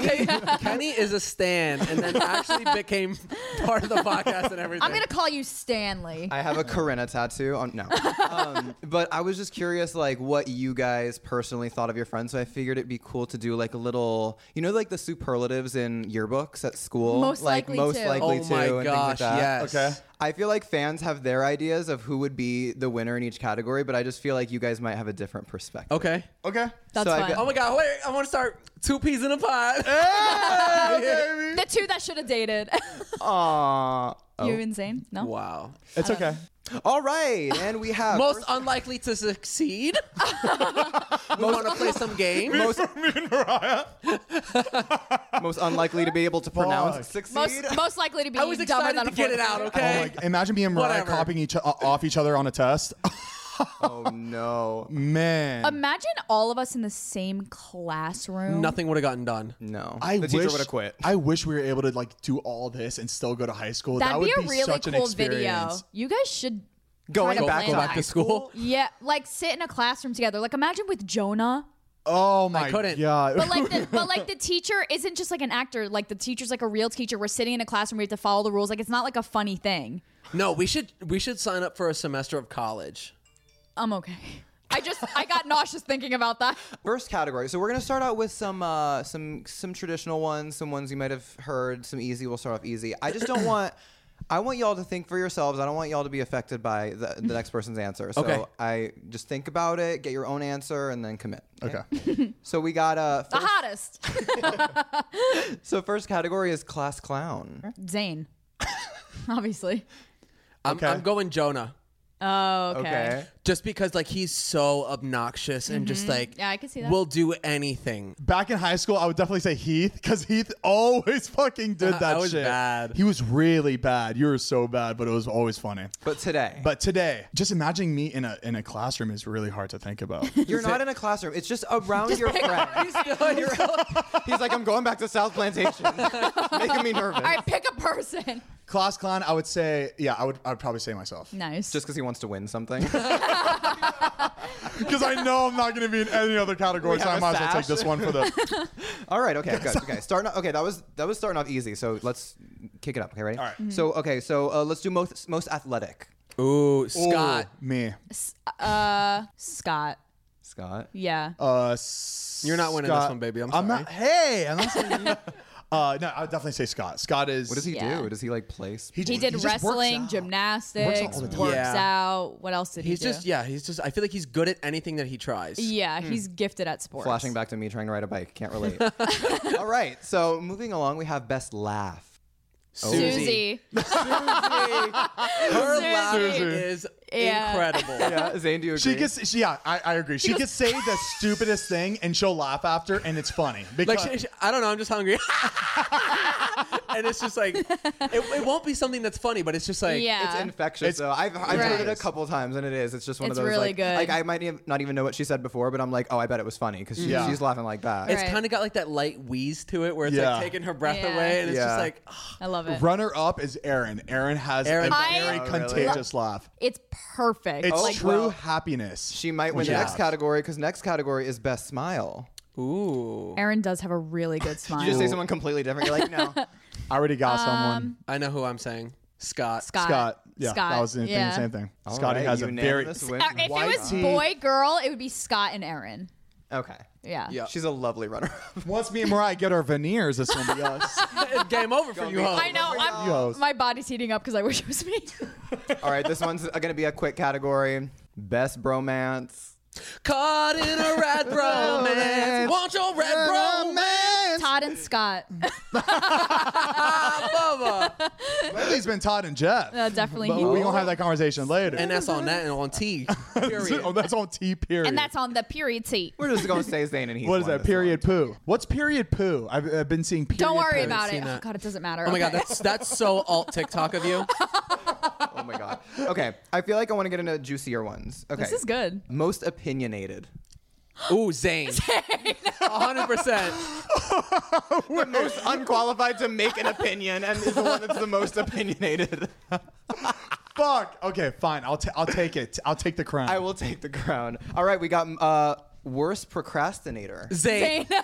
Speaker 4: (laughs)
Speaker 2: there.
Speaker 5: (laughs)
Speaker 3: Kenny is a stan, and then actually became part of the podcast and everything.
Speaker 4: I'm gonna call you Stanley.
Speaker 5: I
Speaker 3: (laughs)
Speaker 5: have a Corinna tattoo on no. Um, but I was just curious like what you guys personally thought of your friends, so I figured it'd be cool to do like a little you know like the superlatives in yearbooks at school?
Speaker 4: Most
Speaker 5: like
Speaker 4: likely
Speaker 5: most
Speaker 4: to.
Speaker 5: likely
Speaker 3: oh
Speaker 5: to
Speaker 3: my
Speaker 5: and things like
Speaker 3: gosh!
Speaker 5: that.
Speaker 3: yes.
Speaker 2: Okay.
Speaker 5: I feel like fans have their ideas of who would be the winner in each category, but I just feel like you guys might have a different perspective.
Speaker 3: Okay.
Speaker 2: Okay.
Speaker 4: That's
Speaker 5: I
Speaker 4: fun.
Speaker 5: got-
Speaker 3: Oh my God! Wait! I want to start two peas in a pod.
Speaker 4: the two that should have dated. (laughs)
Speaker 5: Aww.
Speaker 3: Oh.
Speaker 4: you insane? No.
Speaker 3: Wow.
Speaker 2: It's okay.
Speaker 5: All right, and we have
Speaker 3: Most unlikely to
Speaker 4: (laughs)
Speaker 3: succeed. we want to play some (laughs) games.
Speaker 5: most, most unlikely to be able to pronounce
Speaker 2: Fuck.
Speaker 5: succeed.
Speaker 4: Most most likely to be
Speaker 3: I was
Speaker 4: dumber
Speaker 3: excited
Speaker 4: than
Speaker 3: to
Speaker 4: a
Speaker 3: get it out.
Speaker 4: fourth grader.
Speaker 3: Okay.
Speaker 2: Oh my, imagine being Mariah
Speaker 3: Whatever.
Speaker 2: copying each uh, off each other on a test.
Speaker 5: oh no,
Speaker 2: Man,
Speaker 4: Oh. Imagine all of us in the same classroom.
Speaker 3: Nothing would have gotten done.
Speaker 5: no.
Speaker 2: I
Speaker 5: the
Speaker 2: wish
Speaker 5: teacher would have quit.
Speaker 2: I wish we were able to like do all this and still go to high school.
Speaker 4: That'd
Speaker 2: That would
Speaker 4: be a
Speaker 2: be
Speaker 4: really
Speaker 2: such an
Speaker 4: cool video.
Speaker 2: experience.
Speaker 4: You guys should
Speaker 5: Going
Speaker 4: Go
Speaker 5: back,
Speaker 4: back to
Speaker 3: school?
Speaker 4: yeah, like sit in a classroom together. Like imagine with Jonah.
Speaker 2: Oh my
Speaker 3: couldn't.
Speaker 2: god!
Speaker 4: But like the but like the teacher isn't just like an actor. Like the teacher's like a real teacher. We're sitting in a classroom, we have to follow the rules. Like it's not like a funny thing.
Speaker 3: No, we should we should sign up for a semester of college.
Speaker 4: I'm okay. I just I got nauseous thinking about that.
Speaker 5: First category. So we're gonna start out with some uh, some some traditional ones, some ones you might have heard, some easy. We'll start off easy. I just don't want. I want y'all to think for yourselves. I don't want y'all to be affected by the, the next person's answer. So
Speaker 3: Okay.
Speaker 5: I just think about it, get your own answer, and then commit.
Speaker 2: (laughs) okay,
Speaker 5: So we got uh,
Speaker 4: The
Speaker 5: first,
Speaker 4: hottest.
Speaker 5: so first category is class clown.
Speaker 4: Zane. Obviously.
Speaker 3: I'm,
Speaker 2: Okay.
Speaker 3: I'm going Jonah.
Speaker 4: Oh, okay.
Speaker 3: Just because like he's so obnoxious and just like
Speaker 4: Mm-hmm. Yeah, I can see that.
Speaker 3: will do anything.
Speaker 2: back in high school, I would definitely say Heath because Heath always (laughs) fucking did
Speaker 3: I-
Speaker 2: that
Speaker 3: I was
Speaker 2: shit.
Speaker 3: bad.
Speaker 2: He was really bad. You were so bad, but it was always funny.
Speaker 5: But today,
Speaker 2: But today, just imagining me in a in a classroom is really hard to think
Speaker 5: (laughs)
Speaker 2: about.
Speaker 5: you're not in a classroom. It's just around your friends. (laughs) He's like, I'm going back to
Speaker 4: (laughs)
Speaker 5: South Plantation. Making me nervous.
Speaker 4: All right, pick a person.
Speaker 2: Class clown, I would say, yeah, I would I would probably say myself.
Speaker 4: Nice. (laughs)
Speaker 5: Just because he wants to win something.
Speaker 2: because I know I'm not going to be in any other category,
Speaker 3: (laughs)
Speaker 5: We
Speaker 2: so I
Speaker 5: have a
Speaker 2: might as well take
Speaker 5: sash.
Speaker 2: this one for the.
Speaker 5: All right. (laughs) Okay. Good. Okay. Starting. off- Okay. That was that was starting off easy. So let's kick it up. Okay. Ready. All
Speaker 4: Mm-hmm.
Speaker 5: right. So okay. So uh, let's do most most athletic.
Speaker 3: Ooh, Scott.
Speaker 2: Ooh, me.
Speaker 4: Uh, Scott.
Speaker 5: Scott.
Speaker 4: Yeah.
Speaker 2: Uh, S-
Speaker 3: You're not winning this one, baby. I'm sorry.
Speaker 2: not. Hey, I'm not (laughs) saying you- Uh, no, I would definitely say Scott. Scott is.
Speaker 5: What does he
Speaker 4: Yeah.
Speaker 5: do? Does he like play? Sports?
Speaker 2: just-
Speaker 4: he did
Speaker 2: just works
Speaker 4: wrestling,
Speaker 2: out.
Speaker 4: gymnastics, works,
Speaker 3: Yeah.
Speaker 4: out. What else did
Speaker 3: He's
Speaker 4: he do?
Speaker 3: just yeah. He's just. I feel like he's good at anything that he tries.
Speaker 4: yeah, he's gifted at sports.
Speaker 5: Flashing back to me trying to ride a bike.
Speaker 4: (laughs)
Speaker 5: Can't relate. All right. So moving along, we have best laugh.
Speaker 4: Susie.
Speaker 3: Her
Speaker 4: Susie.
Speaker 3: laugh
Speaker 4: Susie.
Speaker 3: is
Speaker 4: Yeah.
Speaker 3: incredible.
Speaker 5: (laughs) Yeah. Zane, do you agree?
Speaker 2: She gets, she, yeah, I, I agree. She could say the stupidest thing and she'll laugh after, and it's funny.
Speaker 3: Like
Speaker 2: Because,
Speaker 3: she, she- I don't know, I'm just hungry, (laughs) and it's just like it, it won't be something that's funny, but it's just like
Speaker 4: Yeah.
Speaker 5: It's infectious.
Speaker 2: It's-
Speaker 5: though. I've, I've
Speaker 4: Right.
Speaker 5: heard it a couple times, and it is. It's just one
Speaker 4: It's
Speaker 5: of those.
Speaker 4: really
Speaker 5: like,
Speaker 4: good.
Speaker 5: Like I might ev- not even know what she said before, but I'm like, oh, I bet it was funny because she,
Speaker 2: Yeah.
Speaker 5: she's laughing like that.
Speaker 3: It's
Speaker 4: Right.
Speaker 3: kind of got like that light wheeze to it, where it's
Speaker 2: Yeah.
Speaker 3: like taking her breath
Speaker 4: Yeah.
Speaker 3: away, and it's just
Speaker 5: Yeah.
Speaker 3: like
Speaker 4: I love it.
Speaker 2: runner up is Aaron. Aaron has
Speaker 3: Aaron-
Speaker 2: a
Speaker 4: I-
Speaker 2: very
Speaker 4: Oh,
Speaker 5: really?
Speaker 2: contagious laugh.
Speaker 4: It's perfect.
Speaker 2: It's
Speaker 4: like,
Speaker 2: true
Speaker 5: well,
Speaker 2: happiness.
Speaker 5: She might win
Speaker 2: Yeah.
Speaker 5: the next category because next category is best smile.
Speaker 3: ooh,
Speaker 4: Aaron does have a really good smile.
Speaker 5: You just say someone completely different. You're like, no.
Speaker 4: (laughs)
Speaker 2: I already got someone.
Speaker 3: I know who I'm saying, Scott.
Speaker 4: Um, Scott.
Speaker 2: Scott. Yeah, that
Speaker 4: Scott,
Speaker 2: was the thing-
Speaker 4: yeah.
Speaker 2: same thing.
Speaker 5: All
Speaker 2: Scotty
Speaker 5: right,
Speaker 2: has a very.
Speaker 5: unanimous
Speaker 4: Uh,
Speaker 5: win.
Speaker 4: if it
Speaker 2: White
Speaker 4: was
Speaker 2: tee.
Speaker 4: boy girl, it would be Scott and Aaron.
Speaker 5: Okay.
Speaker 4: Yeah.
Speaker 3: Yeah.
Speaker 5: She's a lovely runner.
Speaker 2: (laughs) Once me and Mariah get our veneers, this one
Speaker 4: (laughs)
Speaker 2: be us.
Speaker 3: Game over for you. Hope.
Speaker 4: I know.
Speaker 2: you
Speaker 4: I'm,
Speaker 2: hoes.
Speaker 4: my body's heating up because I wish it was me.
Speaker 5: (laughs) All right, this one's going to be a quick category. Best bromance.
Speaker 3: Caught in a red romance. Want your red romance,
Speaker 4: Todd and
Speaker 2: (laughs)
Speaker 4: Scott.
Speaker 3: Bubba.
Speaker 2: Lately's been Todd and Jeff.
Speaker 4: Uh, definitely
Speaker 2: But
Speaker 4: he.
Speaker 2: we gonna have that conversation later.
Speaker 3: And
Speaker 2: (laughs)
Speaker 3: that's on that and on T. Period. (laughs)
Speaker 2: oh, that's on T period.
Speaker 4: And that's on the period seat.
Speaker 5: We're just going to say Zane and he.
Speaker 2: what is that? Period poo. What's period poo? I've, I've been seeing period.
Speaker 4: Don't worry
Speaker 2: poo.
Speaker 4: about it.
Speaker 3: seen
Speaker 4: Oh,
Speaker 3: that.
Speaker 4: God, it doesn't matter.
Speaker 3: Oh my god, that's that's so alt TikTok of you.
Speaker 5: Oh my god. Okay, I feel like I want to get into juicier ones. Okay.
Speaker 4: This is good.
Speaker 5: Most opinionated.
Speaker 4: (laughs)
Speaker 3: Ooh, Zane. hundred percent.
Speaker 5: the most unqualified to make an opinion and is the one that's the most opinionated.
Speaker 2: Fuck. Okay, fine. I'll ta- I'll take it. I'll take the crown.
Speaker 5: I will take the crown. All right, we got uh, worst procrastinator.
Speaker 3: Zane. (laughs)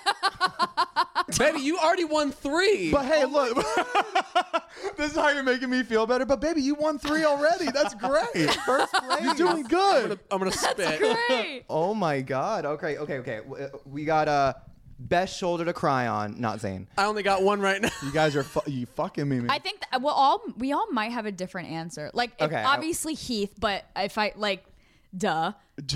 Speaker 3: Baby, you already won three.
Speaker 2: But hey, look. (laughs) this is how you're making me feel better. But baby, you won three already. That's great. First place. You're doing good.
Speaker 3: I'm gonna spit.
Speaker 4: Great.
Speaker 5: Oh my god. Okay, okay, okay. W- uh, We got uh, best shoulder to cry on, not Zane.
Speaker 3: I only got one right now. (laughs)
Speaker 2: You guys are fu- you fucking me, man.
Speaker 4: I think that, well, all we all might have a different answer. Like, if-
Speaker 5: Okay, I-
Speaker 4: obviously Heath, but if I like, duh,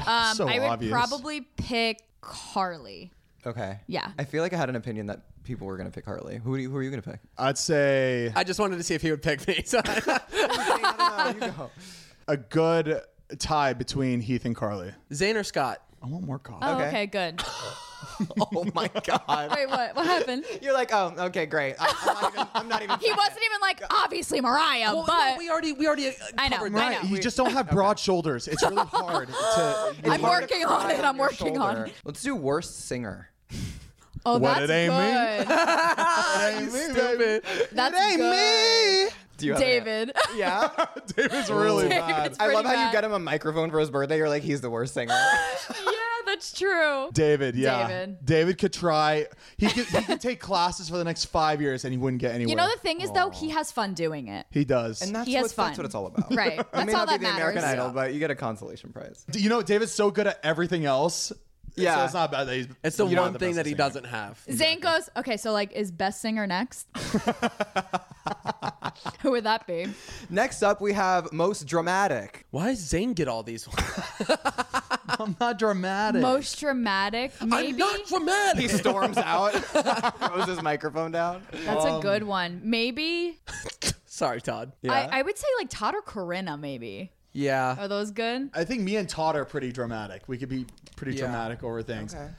Speaker 4: um,
Speaker 2: So
Speaker 4: I would
Speaker 2: obvious.
Speaker 4: probably pick Carly.
Speaker 5: Okay.
Speaker 4: Yeah.
Speaker 5: I feel like I had an opinion that people were gonna pick Harley. Who do you, who are you gonna pick? (laughs)
Speaker 2: I'd say
Speaker 3: I just wanted to see if he would pick me. (laughs) So
Speaker 2: a good tie between Heath and Carly.
Speaker 3: Zane or Scott?
Speaker 2: I want more Carly.
Speaker 4: Oh, okay,
Speaker 5: Okay.
Speaker 4: good.
Speaker 5: oh my
Speaker 4: (laughs)
Speaker 5: god.
Speaker 4: Wait, what? What happened?
Speaker 5: You're like, oh, okay, great. I, I'm, not even, I'm not even.
Speaker 3: (laughs)
Speaker 4: He wasn't even like obviously Mariah,
Speaker 3: Well,
Speaker 4: but
Speaker 3: no, we already we already uh,
Speaker 4: I know,
Speaker 3: covered
Speaker 4: I
Speaker 3: that.
Speaker 4: know.
Speaker 2: You just don't have broad shoulders. It's really hard to.
Speaker 4: I'm
Speaker 5: hard to
Speaker 4: working on
Speaker 5: cry
Speaker 4: it. I'm
Speaker 5: your
Speaker 4: working on
Speaker 5: shoulder.
Speaker 4: it.
Speaker 5: Let's do
Speaker 4: (laughs)
Speaker 5: worst singer.
Speaker 4: Oh,
Speaker 2: What
Speaker 4: that's
Speaker 2: it ain't
Speaker 4: good.
Speaker 2: mean.
Speaker 3: You stupid.
Speaker 4: That's good.
Speaker 5: Do you have an-
Speaker 4: David.
Speaker 5: Yeah.
Speaker 2: David's
Speaker 4: (laughs)
Speaker 2: really
Speaker 4: David's
Speaker 2: bad.
Speaker 5: I love
Speaker 4: pretty
Speaker 5: how
Speaker 4: bad.
Speaker 5: you got him a microphone for his birthday. You're like, he's the worst singer.
Speaker 4: (laughs) yeah, that's true.
Speaker 2: David, yeah.
Speaker 4: David.
Speaker 2: David could try. He could, he could take classes for the next five years and he wouldn't get anywhere.
Speaker 4: You know the thing is though, he has fun doing it.
Speaker 2: he does.
Speaker 5: And that's,
Speaker 4: He has
Speaker 5: what,
Speaker 4: fun.
Speaker 5: that's what it's all
Speaker 4: (laughs)
Speaker 5: about. (laughs)
Speaker 4: Right.
Speaker 5: It
Speaker 4: That's
Speaker 5: may
Speaker 4: all
Speaker 5: not
Speaker 4: that
Speaker 5: be the American
Speaker 4: matters.
Speaker 5: Idol, but you get a consolation prize.
Speaker 2: Do you know David's so good at everything else.
Speaker 5: Yeah.
Speaker 2: So it's not bad that he's.
Speaker 3: It's the
Speaker 2: you know,
Speaker 3: one thing
Speaker 2: best
Speaker 3: that he
Speaker 2: singer.
Speaker 3: doesn't have.
Speaker 4: Zane goes, okay, so like, is best singer next? Who would that be?
Speaker 5: Next up, we have most dramatic.
Speaker 3: Why does Zane get all these ones?
Speaker 2: I'm not dramatic.
Speaker 4: Most dramatic, maybe.
Speaker 3: I'm not dramatic.
Speaker 4: (laughs)
Speaker 5: He storms out, throws his microphone down.
Speaker 4: That's a good one. Maybe
Speaker 3: Sorry, Todd.
Speaker 4: I, I would say like Todd or Corinna. Maybe
Speaker 3: Yeah.
Speaker 4: are those good?
Speaker 2: I think me and Todd are pretty dramatic. We could be pretty
Speaker 3: Yeah.
Speaker 2: dramatic over things.
Speaker 3: God,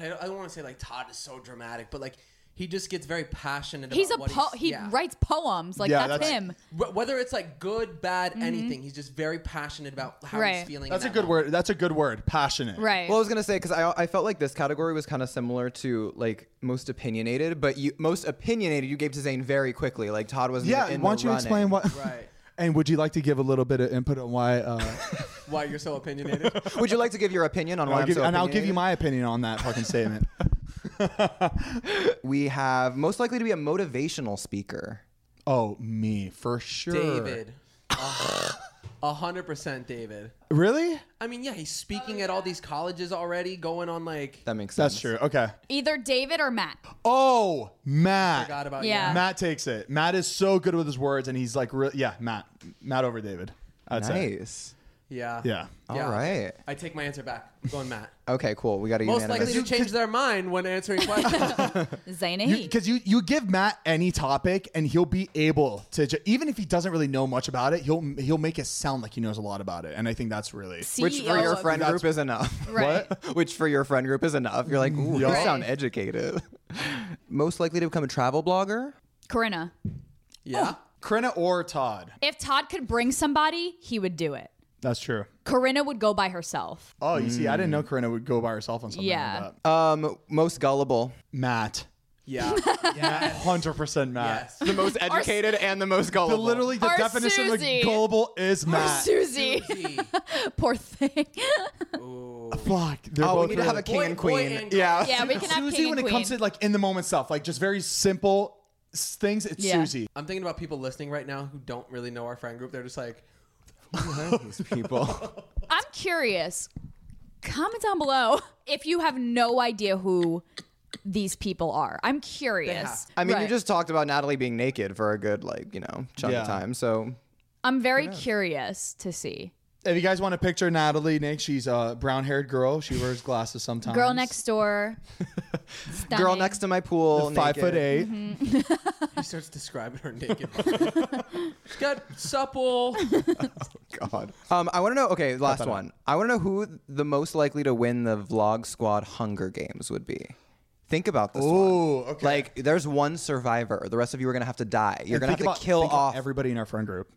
Speaker 3: I don't, I don't want to say like Todd is so dramatic, but like he just gets very passionate.
Speaker 4: He's a
Speaker 3: about what
Speaker 4: po-
Speaker 3: he's-
Speaker 4: he
Speaker 3: yeah.
Speaker 4: writes poems. Like
Speaker 2: Yeah,
Speaker 4: that's,
Speaker 2: that's-
Speaker 4: him.
Speaker 3: Wh- Whether it's like good, bad, anything, he's just very passionate about how
Speaker 4: Mm-hmm. Right.
Speaker 3: he's feeling.
Speaker 2: That's a
Speaker 3: in that
Speaker 2: good
Speaker 3: moment.
Speaker 2: word. That's a good word. Passionate.
Speaker 4: Right.
Speaker 5: Well, I was gonna say because I, I felt like this category was kind of similar to like most opinionated, but you most opinionated you gave to Zane very quickly. Like Todd wasn't.
Speaker 2: Yeah.
Speaker 5: even in
Speaker 2: why
Speaker 5: the
Speaker 2: don't you
Speaker 5: running.
Speaker 2: explain what?
Speaker 3: Right.
Speaker 2: (laughs) And would you like to give a little bit of input on why? Uh,
Speaker 3: Why you're so opinionated?
Speaker 5: (laughs)
Speaker 2: (laughs)
Speaker 5: Would you like to give your opinion on why
Speaker 2: Oh, I'll
Speaker 5: I'm
Speaker 2: give-
Speaker 5: so
Speaker 2: and I'll give you
Speaker 5: opinionated?
Speaker 2: my opinion on that fucking statement.
Speaker 5: We have most likely to be a motivational speaker.
Speaker 2: Oh, me for sure.
Speaker 3: David. A- A hundred percent, David.
Speaker 2: Really?
Speaker 3: I mean, yeah, he's speaking at all these colleges already, going on like.
Speaker 5: That makes sense.
Speaker 2: That's true. Okay.
Speaker 4: Either David or Matt.
Speaker 2: Oh, Matt.
Speaker 3: Forgot about you.
Speaker 4: Yeah.
Speaker 2: Matt takes it. Matt is so good with his words, and he's like, re- yeah, Matt. Matt over David. I'd say.
Speaker 5: Nice.
Speaker 3: Yeah.
Speaker 2: Yeah.
Speaker 5: All right.
Speaker 3: I take my answer back. I'm going Matt.
Speaker 5: Okay, cool. We got a
Speaker 3: Most likely
Speaker 5: unanimous.
Speaker 3: to change their mind when answering questions.
Speaker 4: Zayn
Speaker 2: Because you, you give Matt any topic, and he'll be able to ju- even if he doesn't really know much about it, he'll he'll make it sound like he knows a lot about it, and I think that's really.
Speaker 5: Which
Speaker 4: E
Speaker 3: E
Speaker 5: for your friend
Speaker 2: That's-
Speaker 5: group is enough.
Speaker 3: (laughs)
Speaker 4: Right.
Speaker 5: Which for your friend group is enough. You're like, ooh, you
Speaker 2: Right.
Speaker 5: sound educated. (laughs) Most likely to become a travel blogger.
Speaker 4: Corinna.
Speaker 3: yeah.
Speaker 4: oh.
Speaker 2: Corinna or Todd.
Speaker 4: If Todd could bring somebody, he would do it.
Speaker 2: That's true.
Speaker 4: Corinna would go by
Speaker 2: (laughs)
Speaker 4: herself.
Speaker 2: Oh, you see, I didn't know Corinna would go by herself on something
Speaker 4: Yeah.
Speaker 2: like that.
Speaker 5: Um, most gullible.
Speaker 2: Matt.
Speaker 3: Yeah.
Speaker 2: (laughs) Hundred percent Matt.
Speaker 3: yes.
Speaker 5: The most educated and the most gullible.
Speaker 2: The literally the
Speaker 4: Or
Speaker 2: definition
Speaker 4: Susie.
Speaker 2: of gullible is Matt.
Speaker 4: Susie. (laughs) Poor
Speaker 5: (laughs)
Speaker 4: thing.
Speaker 2: Fuck. They're
Speaker 5: Oh, we
Speaker 2: both
Speaker 5: need to have
Speaker 2: really-
Speaker 5: a king and
Speaker 3: boy
Speaker 5: queen.
Speaker 3: and-
Speaker 5: yeah. (laughs)
Speaker 4: yeah, we can have
Speaker 2: Susie
Speaker 4: king
Speaker 2: when
Speaker 4: and
Speaker 2: it
Speaker 4: queen.
Speaker 2: comes to like in the moment stuff, like just very simple s- things. It's
Speaker 4: Yeah.
Speaker 2: Susie.
Speaker 3: I'm thinking about people listening right now who don't really know our friend group. They're just like,
Speaker 5: These people.
Speaker 4: (laughs) I'm curious. Comment down below if you have no idea who these people are. I'm curious.
Speaker 5: I mean, you
Speaker 4: Right.
Speaker 5: just talked about Natalie being naked for a good like you know chunk
Speaker 2: Yeah.
Speaker 5: of time. So
Speaker 4: I'm very curious to see.
Speaker 2: If you guys want to picture Natalie, Nick, she's a brown-haired girl. She wears glasses sometimes.
Speaker 4: Girl next door. Stunning.
Speaker 5: (laughs) girl next to my pool,
Speaker 2: Five
Speaker 5: naked.
Speaker 2: foot 8
Speaker 4: Mm-hmm.
Speaker 3: he starts describing her naked. She's got supple.
Speaker 5: God. Um, I want to know. Okay, last one. I want to know who the most likely to win the Vlog Squad Hunger Games would be. Think about this
Speaker 2: Ooh,
Speaker 5: one.
Speaker 2: okay.
Speaker 5: Like, there's one survivor. The rest of you are gonna have to die. You're
Speaker 2: And
Speaker 5: gonna
Speaker 2: think
Speaker 5: have
Speaker 2: about-
Speaker 5: to kill
Speaker 2: think about
Speaker 5: off.
Speaker 2: everybody in our friend group.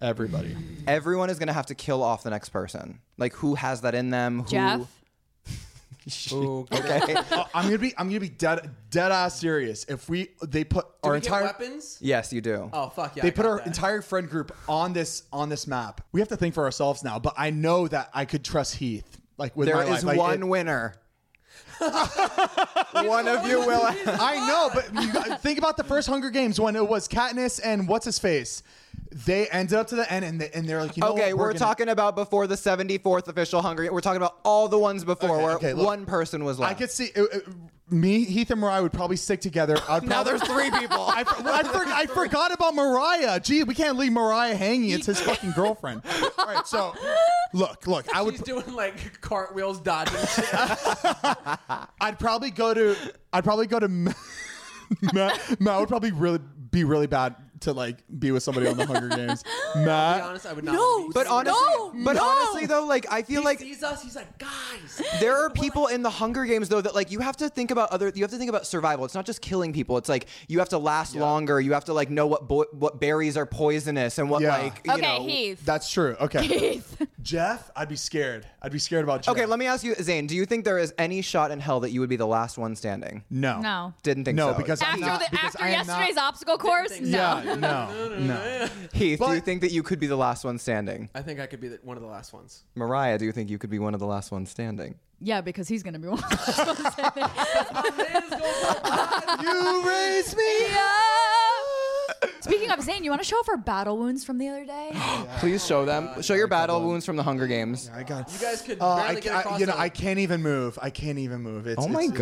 Speaker 2: Everybody.
Speaker 5: Everyone is gonna have to kill off the next person. Like, who has that in them? Who,
Speaker 4: Jeff.
Speaker 3: Ooh, go
Speaker 2: (laughs)
Speaker 3: get-
Speaker 5: (laughs) (laughs) Okay.
Speaker 2: Oh, I'm gonna be. I'm gonna be dead. Dead ass serious. If we, they put
Speaker 3: Do
Speaker 2: our
Speaker 3: we get
Speaker 2: entire.
Speaker 3: weapons.
Speaker 5: yes, you do.
Speaker 3: Oh fuck yeah!
Speaker 2: they
Speaker 3: I
Speaker 2: put
Speaker 3: got
Speaker 2: our
Speaker 3: that.
Speaker 2: entire friend group on this on this map. We have to think for ourselves now. But I know that I could trust Heath. Like with
Speaker 5: there
Speaker 2: my
Speaker 5: is
Speaker 2: life. Like,
Speaker 5: one
Speaker 2: it-
Speaker 3: (laughs)
Speaker 5: winner. one of you will.
Speaker 2: I know, but you got- think about the first Hunger Games when it was Katniss and what's his face. They ended up to the end, and, they, and they're like, you know
Speaker 5: Okay,
Speaker 2: what,
Speaker 5: we're,
Speaker 2: gonna-
Speaker 5: talking about before the 74th official Hunger. We're talking about all the ones before
Speaker 2: Okay,
Speaker 5: where
Speaker 2: okay, look.
Speaker 5: one person was left.
Speaker 2: I could see it, it- me, Heath, and Mariah would probably stick together. I'd
Speaker 5: (laughs) now
Speaker 2: probably-
Speaker 5: there's three people.
Speaker 2: I, for- I, for- I forgot about Mariah. Gee, we can't leave Mariah hanging. It's his fucking girlfriend. All right, so look, look, I would
Speaker 3: He's doing like cartwheels, dodging shit.
Speaker 2: I'd probably go to I'd probably go to Ma- Matt. Matt would probably really be really bad to like be with somebody on the Hunger Games.
Speaker 3: To be
Speaker 2: Matt,
Speaker 3: honest, I would not. No,
Speaker 5: But honestly, but honestly though, like I feel
Speaker 3: he
Speaker 5: like
Speaker 3: sees us. He's like, guys.
Speaker 5: there are people in the Hunger Games though that like you have to think about other. You have to think about survival. It's not just killing people. It's like you have to last longer. You have to like know what bo- what berries are poisonous and what
Speaker 2: Yeah.
Speaker 5: like you
Speaker 4: Okay,
Speaker 5: know.
Speaker 4: Heath.
Speaker 2: that's true. Okay,
Speaker 4: (laughs)
Speaker 2: Jeff, I'd be scared. I'd be scared about Jeff.
Speaker 5: Okay, let me ask you, Zane. Do you think there is any shot in hell that you would be the last one standing?
Speaker 2: no,
Speaker 4: No.
Speaker 5: Didn't think
Speaker 2: no,
Speaker 5: so.
Speaker 2: because I'm
Speaker 4: after
Speaker 2: not,
Speaker 4: the
Speaker 2: because
Speaker 4: after
Speaker 2: I am not-
Speaker 4: yesterday's obstacle course? No.
Speaker 2: Yeah, no,
Speaker 4: (laughs)
Speaker 2: no.
Speaker 5: (laughs) Heath, do you
Speaker 2: But-
Speaker 5: think that you could be the last one standing?
Speaker 3: I think I could be the, one of the last ones.
Speaker 5: Mariah, do you think you could be one of the last ones standing?
Speaker 4: Yeah, because he's gonna be one.
Speaker 2: you
Speaker 4: (laughs)
Speaker 2: raise me.
Speaker 4: Speaking of Zane, you want to show off our battle wounds from the other day?
Speaker 5: Please show them. Show your battle wounds from the Hunger Games.
Speaker 2: I got
Speaker 3: You guys could
Speaker 2: Uh,
Speaker 3: barely
Speaker 2: I,
Speaker 3: get
Speaker 2: I-
Speaker 3: across.
Speaker 2: you know,
Speaker 3: the-
Speaker 2: I can't even move. I can't even move. It's,
Speaker 5: Oh
Speaker 2: it's-
Speaker 5: my
Speaker 2: it's just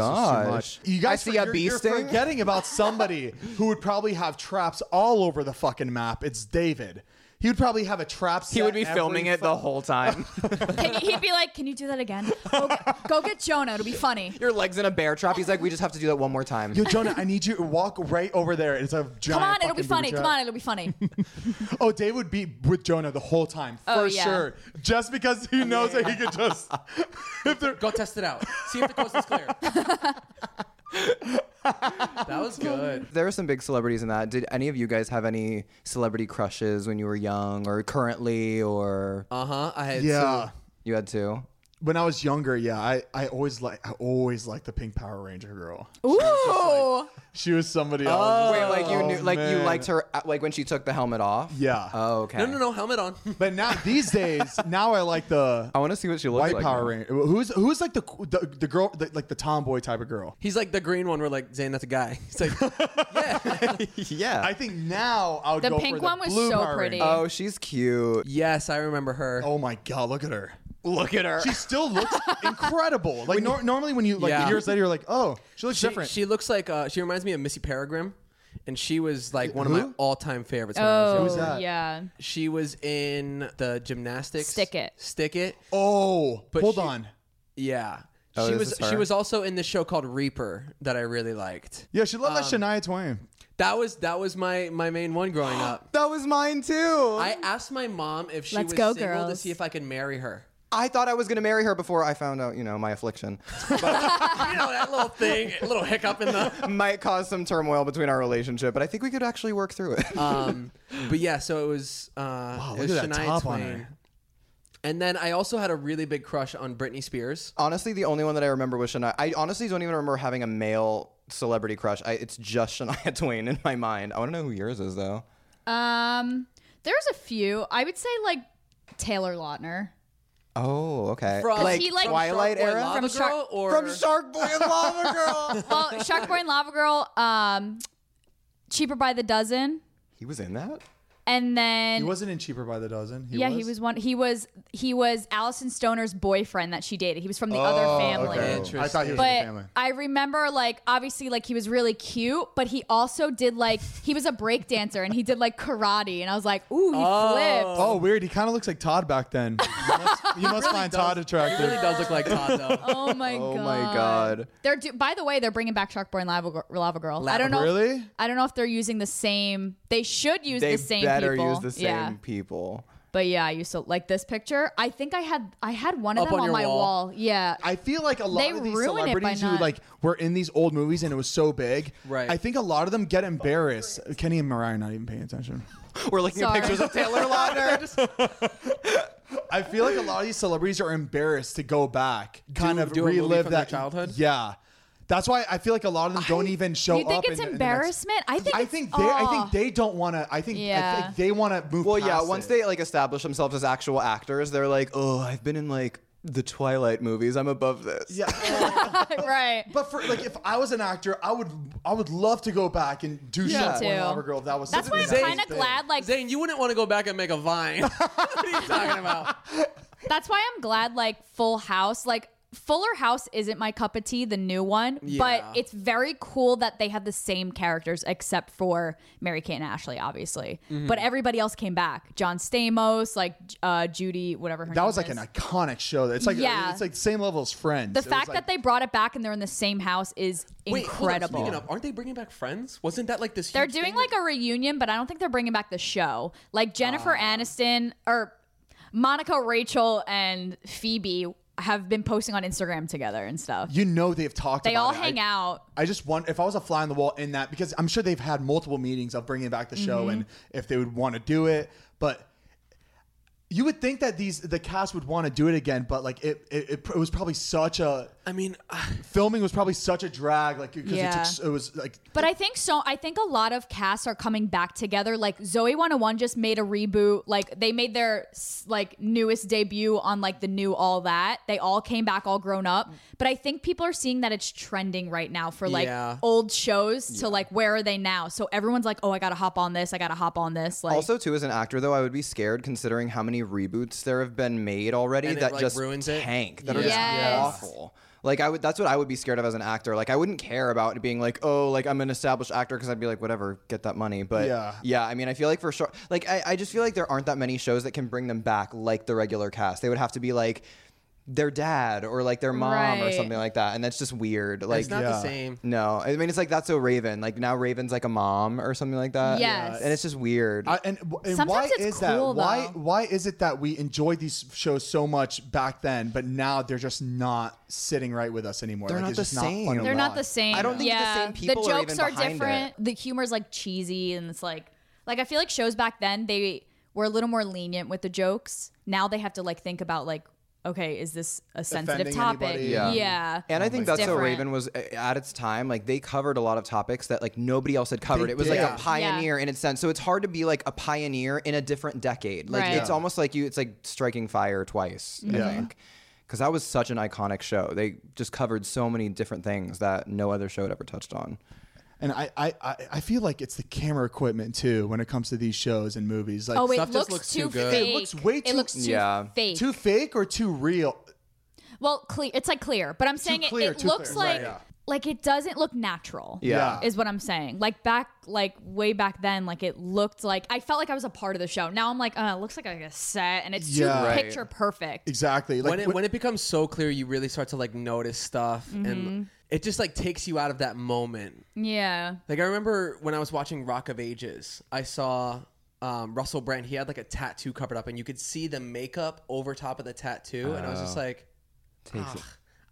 Speaker 2: too much.
Speaker 5: gosh.
Speaker 2: You guys,
Speaker 5: I see a
Speaker 2: you're,
Speaker 5: bee
Speaker 2: you're
Speaker 5: sting.
Speaker 2: forgetting about
Speaker 5: (laughs)
Speaker 2: somebody who would probably have traps all over the fucking map. It's David. He would probably have a trap.
Speaker 5: He
Speaker 2: set
Speaker 5: would be
Speaker 2: every
Speaker 5: filming it
Speaker 2: fu-
Speaker 5: the
Speaker 2: (laughs)
Speaker 5: whole time.
Speaker 4: Can you, he'd be like, "Can you do that again? Go get, go get Jonah. It'll be funny."
Speaker 5: Your legs in a bear trap. He's like, we just have to do that one more time.
Speaker 2: Yo, Jonah, I need you to walk right over there. It's a giant.
Speaker 4: Come on, it'll be
Speaker 2: fucking
Speaker 4: funny.
Speaker 2: booby
Speaker 4: Come
Speaker 2: trap.
Speaker 4: on, it'll be funny.
Speaker 2: Oh, Dave would be with Jonah the whole time for
Speaker 4: Oh, yeah.
Speaker 2: sure, just because
Speaker 4: (laughs)
Speaker 2: he knows that he could just. if they're
Speaker 3: Go test it out. See if the coast is
Speaker 4: (laughs)
Speaker 3: clear. that was good.
Speaker 5: There are some big celebrities in that. Did any of you guys have any celebrity crushes when you were young or currently or
Speaker 3: Uh huh. I had
Speaker 2: yeah.
Speaker 5: you had two?
Speaker 2: when I was younger, yeah, I, I always like I always liked the pink Power Ranger girl.
Speaker 4: Ooh. Oh.
Speaker 2: She was somebody else.
Speaker 5: Wait, like you knew,
Speaker 2: Oh,
Speaker 5: like you
Speaker 2: man.
Speaker 5: liked her, uh, like when she took the helmet off.
Speaker 2: Yeah.
Speaker 5: Oh, okay.
Speaker 3: No, no, no. Helmet on.
Speaker 2: But now
Speaker 4: (laughs)
Speaker 2: these days, now I like the
Speaker 5: I want to see what she looks
Speaker 2: white
Speaker 5: like.
Speaker 2: Power Ranger. Who's who's like the the, the girl the, like the tomboy type of girl.
Speaker 3: He's like the green one. We're like, Zane, that's a guy. (laughs) It's like,
Speaker 2: (laughs)
Speaker 3: yeah.
Speaker 5: (laughs) yeah.
Speaker 2: I think now I would
Speaker 4: The
Speaker 2: go
Speaker 4: pink
Speaker 2: for
Speaker 4: one was
Speaker 2: blue
Speaker 4: so
Speaker 2: Power
Speaker 4: pretty.
Speaker 2: Ranger.
Speaker 5: oh, she's cute.
Speaker 3: yes, I remember her.
Speaker 2: Oh my god, look at her.
Speaker 5: Look at her.
Speaker 2: She still (laughs) looks incredible. Like nor- normally when you like
Speaker 3: Yeah.
Speaker 2: years later, you're like, oh, she looks
Speaker 3: she,
Speaker 2: different.
Speaker 3: she looks like uh, she reminds me of Missy Peregrine, and she was like one of
Speaker 2: Who?
Speaker 3: my all-time favorites. when I was
Speaker 4: Oh,
Speaker 3: younger.
Speaker 2: that?
Speaker 4: yeah.
Speaker 3: She was in the gymnastics.
Speaker 4: Stick It.
Speaker 3: Stick it.
Speaker 2: oh,
Speaker 3: But
Speaker 2: hold
Speaker 3: she-
Speaker 2: on.
Speaker 3: Yeah.
Speaker 5: Oh,
Speaker 3: she
Speaker 5: is
Speaker 3: was
Speaker 5: this her?
Speaker 3: she was also in this show called Reaper that I really liked.
Speaker 2: Yeah, she looked like Shania Twain.
Speaker 3: That was that was my my main one growing up.
Speaker 5: That was mine too.
Speaker 2: (gasps)
Speaker 3: I asked my mom if she
Speaker 4: Let's
Speaker 3: was
Speaker 4: go,
Speaker 3: single to
Speaker 4: girls.
Speaker 3: see if I could
Speaker 2: (laughs)
Speaker 3: marry her.
Speaker 5: I thought I was gonna marry her before I found out, you know, my affliction (laughs)
Speaker 3: You know that little thing, little hiccup in the
Speaker 5: might cause some turmoil between our relationship, but I think we could actually work through
Speaker 3: (laughs)
Speaker 5: it.
Speaker 3: um, but yeah, so it was uh, it
Speaker 2: look
Speaker 3: was
Speaker 2: at that
Speaker 3: Shania
Speaker 2: top on
Speaker 3: Twain.
Speaker 2: her.
Speaker 3: And then I also had a really big crush on Britney Spears.
Speaker 5: (laughs) honestly, the only one that I remember was Shania. I honestly don't even remember having a male celebrity crush. I, it's just Shania (laughs) Twain in my mind. I want to know who yours is though.
Speaker 4: Um, there's a few. I would say like Taylor Lautner.
Speaker 5: Oh, okay.
Speaker 3: From
Speaker 5: like,
Speaker 4: he, like-
Speaker 5: Twilight
Speaker 3: Sharkboy
Speaker 5: era.
Speaker 3: Lava
Speaker 4: From Shark-
Speaker 3: Girl or
Speaker 5: From Shark Boy and Lava (laughs) Girl.
Speaker 4: Well, Sharkboy and Lava Girl. Um, cheaper by the dozen,
Speaker 5: he was in that.
Speaker 4: and then
Speaker 2: He wasn't in Cheaper by the Dozen.
Speaker 4: yeah, he was one. He was he was Allison Stoner's boyfriend that she dated. He was from the other family.
Speaker 3: okay.
Speaker 2: Oh, I thought he was in the family.
Speaker 4: But I remember, like, obviously, like he was really cute, but he also did like he was a break dancer and he did like karate, and I was like, ooh, he flipped.
Speaker 2: Oh, weird. He kind of looks like Todd back (laughs) then. You must, you must find Todd
Speaker 3: He really
Speaker 2: attractive.
Speaker 3: does look like
Speaker 2: (laughs)
Speaker 3: Todd though.
Speaker 4: Oh my god!
Speaker 5: Oh my God.
Speaker 4: They're do- by the way, they're bringing back Sharkboy and Lava, Gir- Lava Girl. I don't know. if-
Speaker 2: Really?
Speaker 4: I don't know if they're using the same. They should use
Speaker 5: they
Speaker 4: the same.
Speaker 5: better
Speaker 4: people.
Speaker 5: use the same
Speaker 4: Yeah.
Speaker 5: people.
Speaker 4: But yeah, I used to like this picture. I think I had I had one of
Speaker 3: Up
Speaker 4: them
Speaker 3: on
Speaker 4: on,
Speaker 3: your
Speaker 4: my
Speaker 3: wall.
Speaker 4: wall. Yeah.
Speaker 2: I feel like a lot
Speaker 4: They
Speaker 2: of these
Speaker 4: ruin it by
Speaker 2: celebrities who
Speaker 4: not-
Speaker 2: like were in these old movies and it was so big.
Speaker 3: Right.
Speaker 2: I think a lot of them get embarrassed. Kenny and Mariah are not even paying attention.
Speaker 5: We're looking
Speaker 4: Sorry.
Speaker 5: at pictures of Taylor Lautner.
Speaker 2: I feel like a lot of these celebrities are embarrassed to go back, kind of
Speaker 3: do a movie
Speaker 2: relive
Speaker 3: from their
Speaker 2: that
Speaker 3: childhood?
Speaker 2: Yeah, that's why I feel like a lot of them don't even show
Speaker 4: you
Speaker 2: up.
Speaker 4: think it's
Speaker 2: in- in the next-
Speaker 4: embarrassment? I think
Speaker 2: I
Speaker 4: it's-
Speaker 2: think they. I
Speaker 4: aw.
Speaker 2: think they don't want to. I think. I
Speaker 4: Yeah.
Speaker 2: think they want to move.
Speaker 5: well, yeah.
Speaker 2: past
Speaker 5: Once
Speaker 2: it.
Speaker 5: they like establish themselves as actual actors, they're like, oh, I've been in like the Twilight movies. I'm above this.
Speaker 2: Yeah.
Speaker 4: (laughs) right.
Speaker 2: But for like, if I was an actor, I would, I would love to go back and do
Speaker 5: Yeah.
Speaker 2: yeah,
Speaker 5: Me
Speaker 2: Sharkboy
Speaker 4: too.
Speaker 2: Lover Girl. If that was
Speaker 4: That's why
Speaker 2: something
Speaker 4: I'm
Speaker 2: that
Speaker 4: kind
Speaker 2: was
Speaker 4: of
Speaker 2: big.
Speaker 4: glad. Like
Speaker 3: Zane, you wouldn't want to go back and make a vine. (laughs) what are you talking about?
Speaker 4: that's why I'm glad. Like Full House, like. Fuller House isn't my cup of tea, the new one,
Speaker 3: Yeah.
Speaker 4: but it's very cool that they have the same characters except for Mary Kate and Ashley, obviously.
Speaker 2: Mm-hmm.
Speaker 4: But everybody else came back. John Stamos, like uh, Judy, whatever her
Speaker 2: That
Speaker 4: name
Speaker 2: was like
Speaker 4: is.
Speaker 2: an iconic show. It's like
Speaker 4: Yeah.
Speaker 2: it's like the same level as Friends.
Speaker 4: The
Speaker 2: It was
Speaker 4: fact
Speaker 2: like-
Speaker 4: that they brought it back and they're in the same house is
Speaker 3: hold on,
Speaker 4: incredible.
Speaker 3: speaking of, aren't they bringing back Friends? Wasn't that like this?
Speaker 4: They're
Speaker 3: huge thing
Speaker 4: doing like
Speaker 3: that-
Speaker 4: a reunion, but I don't think they're bringing back the show. Like Jennifer
Speaker 2: Ah.
Speaker 4: Aniston or Monica, Rachel, and Phoebe have been posting on Instagram together and stuff.
Speaker 2: you know they've talked.
Speaker 4: they
Speaker 2: about
Speaker 4: all
Speaker 2: it.
Speaker 4: hang
Speaker 2: I,
Speaker 4: out.
Speaker 2: I just want if I was a fly on the wall in that because I'm sure they've had multiple meetings of bringing back the show and
Speaker 4: Mm-hmm.
Speaker 2: if they would want to do it, but. You would think that these the cast would want to do it again, but like it, it, it was probably such a
Speaker 3: I mean, (sighs) ah,
Speaker 2: filming was probably such a drag, like because
Speaker 4: Yeah.
Speaker 2: it, took, it was like
Speaker 4: But I think so. I think a lot of casts are coming back together. Like Zoe 101 just made a reboot. Like they made their s- like newest debut on like the new All That. They all came back all grown up. But I think people are seeing that it's trending right now for like
Speaker 3: Yeah.
Speaker 4: old shows to like where are they now? So everyone's like, oh, I gotta hop on this. I gotta hop on this. Like
Speaker 5: Also, too, as an actor, though, I would be scared considering how many reboots there have been made already
Speaker 3: And it,
Speaker 5: that
Speaker 3: like,
Speaker 5: just
Speaker 3: ruins it?
Speaker 5: tank, that
Speaker 4: Yes.
Speaker 5: are just awful. Like I would, that's what I would be scared of as an actor. Like I wouldn't care about it being like, oh, like I'm an established actor because I'd be like, whatever, get that money. But
Speaker 2: Yeah.
Speaker 5: I mean, I feel like for sure, like I, I just feel like there aren't that many shows that can bring them back like the regular cast. They would have to be like their dad or like their mom or
Speaker 4: Right.
Speaker 5: something like that, and that's just weird. Like
Speaker 3: it's not the same.
Speaker 5: no, I mean it's like that's so Raven. Like now Raven's like a mom or something like that.
Speaker 4: Yes.
Speaker 5: and it's just weird.
Speaker 2: I, and, w- and why
Speaker 4: Sometimes it's
Speaker 2: is that?
Speaker 4: cool,
Speaker 2: Why
Speaker 4: though.
Speaker 2: why is it that we enjoyed these shows so much back then, but now they're just not sitting right with us anymore?
Speaker 5: They're
Speaker 2: like,
Speaker 5: not
Speaker 2: it's
Speaker 5: the
Speaker 2: just not
Speaker 5: same.
Speaker 2: fun to
Speaker 4: they're
Speaker 2: watch.
Speaker 4: not the same.
Speaker 5: I don't think the
Speaker 4: yeah.
Speaker 5: same people
Speaker 4: The
Speaker 5: are
Speaker 4: jokes
Speaker 5: even behind
Speaker 4: different. The humor's like cheesy, and it's like like I feel like shows back then they were a little more lenient with the jokes. Now they have to like think about like okay, is this a sensitive
Speaker 2: Offending
Speaker 4: topic?
Speaker 2: anybody.
Speaker 5: Yeah.
Speaker 4: yeah.
Speaker 5: And I think
Speaker 4: God.
Speaker 5: that's so
Speaker 4: Oh, Different.
Speaker 5: Raven was uh, at its time. Like they covered a lot of topics that like nobody else had covered.
Speaker 2: They
Speaker 5: it was
Speaker 2: did.
Speaker 5: like
Speaker 2: Yeah.
Speaker 5: a pioneer in its sense. So it's hard to be like a pioneer in a different decade. Like
Speaker 4: Right.
Speaker 5: it's almost like you. It's like striking fire twice. I think because that was such an iconic show. They just covered so many different things that no other show had ever touched on.
Speaker 2: And I, I, I- I feel like it's the camera equipment too when it comes to these shows and movies. Like
Speaker 4: Oh, it
Speaker 3: Stuff
Speaker 4: looks,
Speaker 3: just looks
Speaker 4: too
Speaker 3: too good.
Speaker 4: fake.
Speaker 2: It looks way too-
Speaker 4: It looks too
Speaker 5: Yeah.
Speaker 4: fake.
Speaker 2: too fake or too real.
Speaker 4: well, clear. It's like clear, but I'm saying it,
Speaker 2: clear,
Speaker 4: it
Speaker 2: too
Speaker 4: looks
Speaker 2: clear. Right,
Speaker 4: like
Speaker 2: yeah.
Speaker 4: like it doesn't look natural.
Speaker 5: Yeah.
Speaker 4: is what I'm saying. Like back, like way back then, like it looked like I felt like I was a part of the show. Now I'm like, uh, it looks like a set, and it's
Speaker 2: Yeah.
Speaker 4: too
Speaker 2: Right.
Speaker 4: picture perfect.
Speaker 2: Exactly. Like
Speaker 3: when it when it becomes so clear, you really start to like notice stuff,
Speaker 4: Mm-hmm.
Speaker 3: and it just like takes you out of that moment.
Speaker 4: Yeah,
Speaker 3: Like I remember when I was watching Rock of Ages, I saw um, Russell Brand. He had like a tattoo covered up, and you could see the makeup over top of the tattoo, and I was just like, "Ugh."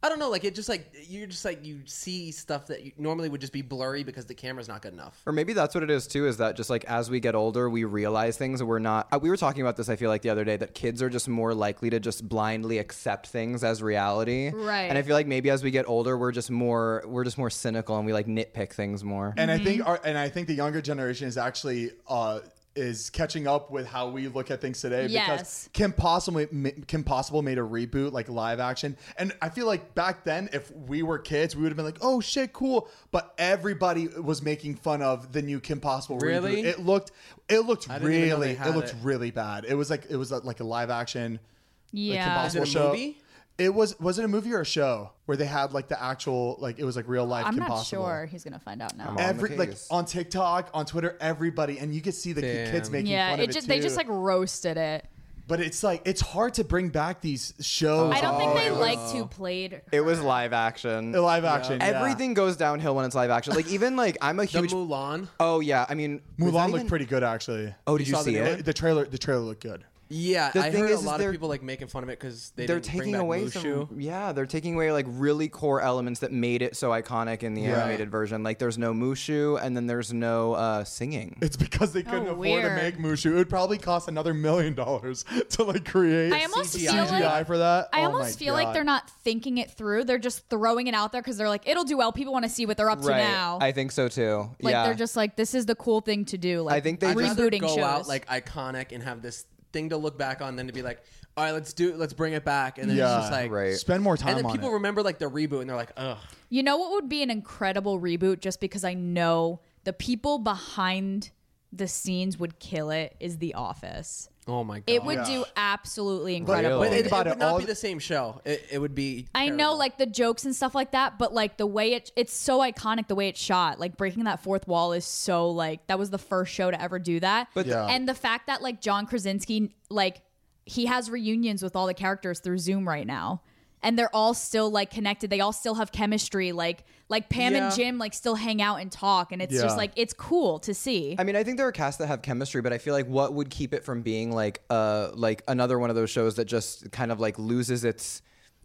Speaker 3: I don't know. Like it just like you're just like you see stuff that you normally would just be blurry because the camera's not good enough.
Speaker 5: Or maybe that's what it is too. Is that just like as we get older, we realize things that we're not. uh, We were talking about this. I feel like the other day that kids are just more likely to just blindly accept things as reality.
Speaker 4: Right.
Speaker 5: And I feel like maybe as we get older, we're just more we're just more cynical and we like nitpick things more.
Speaker 2: and I
Speaker 4: Mm-hmm.
Speaker 2: think our, and I think the younger generation is actually uh, is catching up with how we look at things today because
Speaker 4: Yes.
Speaker 2: Kim possibly Kim Possible made a reboot like live action and I feel like back then if we were kids we would have been like oh shit cool but everybody was making fun of the new Kim Possible reboot.
Speaker 3: Really?
Speaker 2: it looked it looked
Speaker 3: didn't even know
Speaker 2: really
Speaker 3: they had
Speaker 2: it looked
Speaker 3: it.
Speaker 2: really bad it was like it was uh, like a live action like, Kim
Speaker 4: yeah.
Speaker 2: Possible
Speaker 3: Is it a
Speaker 2: show.
Speaker 3: movie?
Speaker 2: It was was it a movie or a show where they had like the actual like it was like real life
Speaker 4: I'm
Speaker 2: Kim
Speaker 4: not
Speaker 2: Possible
Speaker 4: sure he's gonna find out now.
Speaker 5: on the
Speaker 2: every like
Speaker 5: case.
Speaker 2: on TikTok, on Twitter, everybody, and you could see the ki- kids making
Speaker 4: Yeah,
Speaker 2: fun
Speaker 4: it
Speaker 2: of
Speaker 4: just
Speaker 2: it
Speaker 4: they
Speaker 2: too.
Speaker 4: just like roasted it.
Speaker 2: but it's like it's hard to bring back these shows.
Speaker 4: I don't think
Speaker 2: on
Speaker 4: they liked who played.
Speaker 5: it was live action.
Speaker 2: the live action. yeah.
Speaker 5: Everything goes downhill when it's live action. Like even like I'm a
Speaker 3: The
Speaker 5: huge.
Speaker 3: Mulan.
Speaker 5: oh yeah, I mean was that
Speaker 2: Mulan looked
Speaker 5: even-
Speaker 2: pretty good actually.
Speaker 5: Oh, did you,
Speaker 3: saw the
Speaker 5: see
Speaker 3: new
Speaker 5: it?
Speaker 3: one?
Speaker 2: The- the trailer, the trailer looked good. (laughs)
Speaker 3: Yeah,
Speaker 5: The
Speaker 3: I
Speaker 5: thing
Speaker 3: heard
Speaker 5: is,
Speaker 3: a
Speaker 5: is
Speaker 3: lot
Speaker 5: they're-
Speaker 3: of people like making fun of it because they
Speaker 5: they're
Speaker 3: didn't bring
Speaker 5: taking
Speaker 3: back
Speaker 5: away
Speaker 3: Mushu.
Speaker 5: some yeah they're taking away like really core elements that made it so iconic in the animated version like there's no mushu and then there's no uh singing
Speaker 2: It's because they couldn't afford to
Speaker 4: Oh, weird.
Speaker 2: make Mushu. It would probably cost another million dollars (laughs) to like create
Speaker 4: I almost
Speaker 2: CGI,
Speaker 4: feel like-
Speaker 2: for that.
Speaker 4: I
Speaker 2: Oh
Speaker 4: almost
Speaker 2: my
Speaker 4: feel
Speaker 2: God.
Speaker 4: like they're not thinking it through. They're just throwing it out there because they're like, it'll do well. People want to see what they're up to now.
Speaker 5: i think so too
Speaker 4: like
Speaker 5: yeah
Speaker 4: they're just like, this is the cool thing to do. Like,
Speaker 5: I think they
Speaker 3: I'd rather
Speaker 4: rebooting
Speaker 3: go
Speaker 4: shows.
Speaker 3: out like iconic and have this thing to look back on than to be like, all right, let's do, let's bring it back, and then
Speaker 2: Yeah,
Speaker 3: it's just like,
Speaker 5: right.
Speaker 2: spend more
Speaker 3: and
Speaker 2: time
Speaker 3: then
Speaker 2: on
Speaker 3: people
Speaker 2: it.
Speaker 3: remember like the reboot and they're like, ugh.
Speaker 4: You know what would be an incredible reboot just because I know the people behind the scenes would kill it is The Office.
Speaker 3: Oh my god.
Speaker 4: It would do absolutely incredible.
Speaker 3: But it,
Speaker 2: Think about it,
Speaker 3: it would not
Speaker 2: all
Speaker 3: be
Speaker 2: the-
Speaker 3: the same show. It, it would be.
Speaker 4: I know
Speaker 3: terrible.
Speaker 4: like the jokes and stuff like that, but like the way it it's so iconic the way it's shot. Like breaking that fourth wall is so like that was the first show to ever do that. But
Speaker 2: Yeah.
Speaker 4: and the fact that like John Krasinski like he has reunions with all the characters through Zoom right now. And they're all still like connected. They all still have chemistry. Like like Pam and
Speaker 3: Yeah.
Speaker 4: Jim like still hang out and talk and it's
Speaker 2: Yeah.
Speaker 4: just like it's cool to see.
Speaker 5: I mean, I think there are casts that have chemistry, but I feel like what would keep it from being like uh like another one of those shows that just kind of like loses its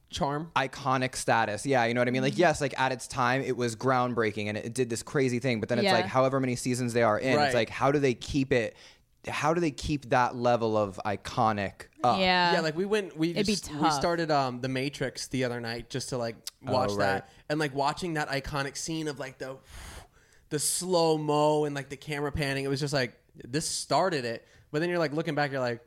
Speaker 3: charm.
Speaker 5: iconic status. Yeah, you know what I mean?
Speaker 4: Mm-hmm.
Speaker 5: Like yes, like at its time it was groundbreaking and it did this crazy thing, but then it's
Speaker 4: Yeah.
Speaker 5: like however many seasons they are in,
Speaker 3: Right.
Speaker 5: it's like how do they keep it how do they keep that level of iconic uh, up?
Speaker 4: yeah.
Speaker 3: yeah, like we went.
Speaker 4: Uh,
Speaker 3: We
Speaker 4: It'd be
Speaker 3: just, we
Speaker 4: tough.
Speaker 3: started um the Matrix the other night just to like watch that and like watching that iconic scene of like the the slow mo and like the camera panning. It was just like this started it, but then you're like looking back, you're like,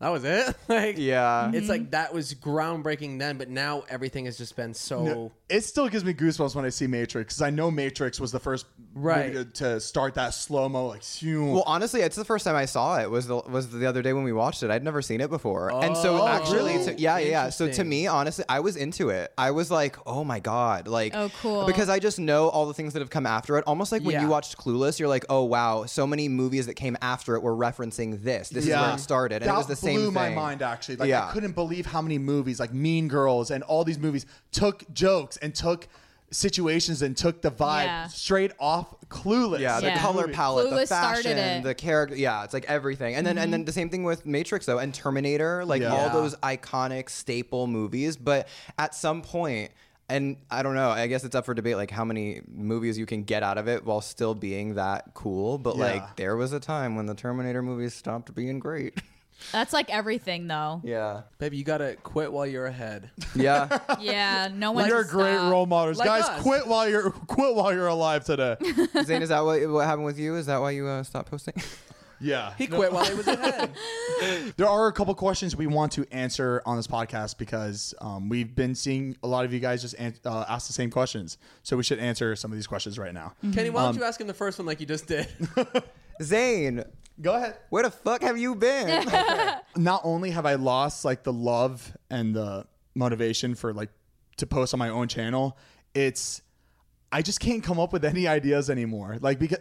Speaker 3: that was it. (laughs) like
Speaker 5: Yeah.
Speaker 3: It's
Speaker 4: Mm-hmm.
Speaker 3: like that was groundbreaking then, but now everything has just been so.
Speaker 2: It still gives me goosebumps when I see Matrix because I know Matrix was the first
Speaker 3: Right.
Speaker 2: movie to, to start that slow mo like.
Speaker 5: Well, honestly, it's the first time I saw it was the was the other day when we watched it. I'd never seen it before, and so actually,
Speaker 2: Oh, really?
Speaker 5: to, yeah, yeah, yeah. So to
Speaker 3: Interesting.
Speaker 5: me, honestly, I was into it. I was like, oh my god, like,
Speaker 4: Oh, cool.
Speaker 5: because I just know all the things that have come after it. Almost like when
Speaker 3: Yeah.
Speaker 5: you watched Clueless, you're like, oh wow, so many movies that came after it were referencing this. This is where it started, and
Speaker 2: that
Speaker 5: it was the same
Speaker 2: blew
Speaker 5: thing.
Speaker 2: my mind actually. Like I
Speaker 5: Yeah.
Speaker 2: couldn't believe how many movies, like Mean Girls and all these movies, took jokes and took situations and took the vibe
Speaker 4: Yeah.
Speaker 2: straight off Clueless.
Speaker 5: Yeah, the
Speaker 4: Yeah.
Speaker 5: color
Speaker 2: Movie.
Speaker 5: palette, the
Speaker 4: Clueless started it.
Speaker 5: fashion,
Speaker 4: Mm-hmm.
Speaker 5: the character. Yeah, it's like everything. And then and then the same thing with Matrix though, and Terminator, like
Speaker 2: Yeah.
Speaker 5: all
Speaker 2: Yeah.
Speaker 5: those iconic staple movies. But at some point, and I don't know, I guess it's up for debate like how many movies you can get out of it while still being that cool. But
Speaker 2: Yeah.
Speaker 5: like there was a time when the Terminator movies stopped being great.
Speaker 4: That's like everything, though.
Speaker 5: Yeah.
Speaker 3: Baby, you gotta quit while you're ahead.
Speaker 5: (laughs) Yeah.
Speaker 4: Yeah, no one.
Speaker 2: You're great
Speaker 4: uh,
Speaker 2: role models,
Speaker 3: Like
Speaker 2: guys.
Speaker 3: us.
Speaker 2: Quit while you're (laughs) quit while you're alive today.
Speaker 5: Zane, is that what, what happened with you? Is that why you uh, stopped posting? (laughs)
Speaker 2: yeah,
Speaker 3: He quit (laughs) while he was ahead.
Speaker 2: There are a couple questions we want to answer on this podcast because um, we've been seeing a lot of you guys just an- uh, ask the same questions. So we should answer some of these questions right now.
Speaker 3: Kenny, why don't you ask him the first one like you just (laughs) did?
Speaker 5: Zane,
Speaker 2: Go ahead.
Speaker 5: where the fuck have you been?
Speaker 4: (laughs)
Speaker 2: Not only have I lost like the love and the motivation for like to post on my own channel, it's I just can't come up with any ideas anymore. Like because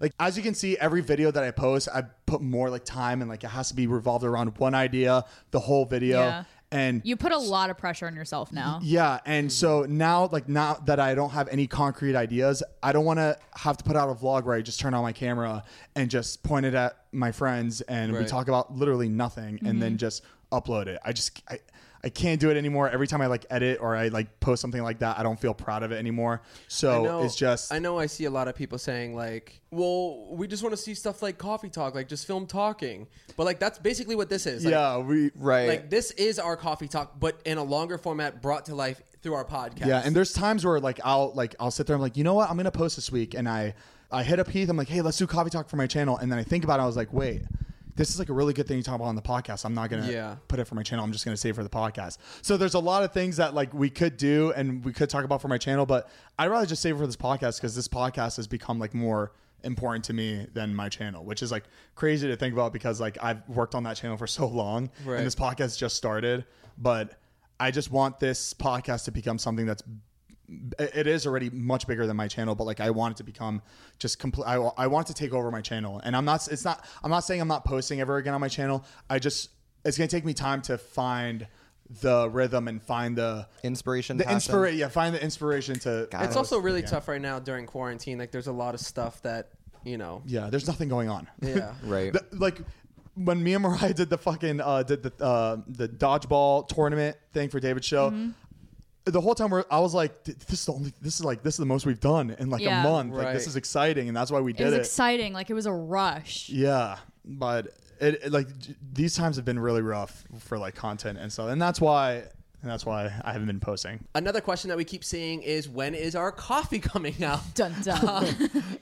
Speaker 2: like as you can see every video that I post, I put more like time and like it has to be revolved around one idea, the whole video.
Speaker 4: Yeah.
Speaker 2: And
Speaker 4: You put a lot of pressure on yourself now.
Speaker 2: Yeah, and so now, like now that I don't have any concrete ideas, I don't want to have to put out a vlog where I just turn on my camera and just point it at my friends and we
Speaker 3: Right.
Speaker 2: talk about literally nothing and then just upload it. I just I, I can't do it anymore. Every time I like edit or I like post something like that, I don't feel proud of it anymore. So
Speaker 3: I know-
Speaker 2: it's just
Speaker 3: I know I see a lot of people saying like, "Well, we just want to see stuff like coffee talk, like just film talking." But like that's basically what this is. Like,
Speaker 2: yeah, we
Speaker 5: right.
Speaker 3: Like this is our coffee talk, but in a longer format, brought to life through our podcast.
Speaker 2: Yeah, and there's times where like I'll like I'll sit there. I'm like, you know what? I'm gonna post this week, and I I hit up Heath. I'm like, hey, let's do coffee talk for my channel. And then I think about it. I was like, wait, this is like a really good thing to talk about on the podcast. I'm not gonna
Speaker 3: Yeah.
Speaker 2: put it for my channel. I'm just gonna save it for the podcast. So there's a lot of things that like we could do and we could talk about for my channel, but I'd rather just save it for this podcast because this podcast has become like more important to me than my channel which is like crazy to think about because like I've worked on that channel for so long
Speaker 3: Right.
Speaker 2: and this podcast just started but I just want this podcast to become something that's it is already much bigger than my channel but like i want it to become just complete I, I want it to take over my channel and i'm not it's not i'm not saying i'm not posting ever again on my channel i just it's going to take me time to find the rhythm and find the
Speaker 5: Inspiration.
Speaker 2: the
Speaker 5: passion.
Speaker 2: inspiration yeah find the inspiration to
Speaker 5: Got it.
Speaker 3: it's also really tough right now during quarantine. Like there's a lot of stuff that you know.
Speaker 2: yeah there's nothing going on (laughs)
Speaker 3: Yeah.
Speaker 5: Right.
Speaker 2: The- like when me and Mariah (laughs) did the fucking uh, did the uh, the dodgeball tournament thing for David's show,
Speaker 4: Mm-hmm.
Speaker 2: the whole time we're, I was like, "Th- this is the only this is like this is the most we've done in like
Speaker 4: Yeah.
Speaker 2: a month. Like
Speaker 3: Right.
Speaker 2: this is exciting, and that's why we
Speaker 4: It
Speaker 2: did
Speaker 4: was
Speaker 2: it.
Speaker 4: exciting. Like it was a rush.
Speaker 2: yeah, but it, it, like j- these times have been really rough for like content and stuff, and that's why and that's why I haven't been posting.
Speaker 3: Another question that we keep seeing is when is our coffee (laughs) coming out?
Speaker 4: Dun dun.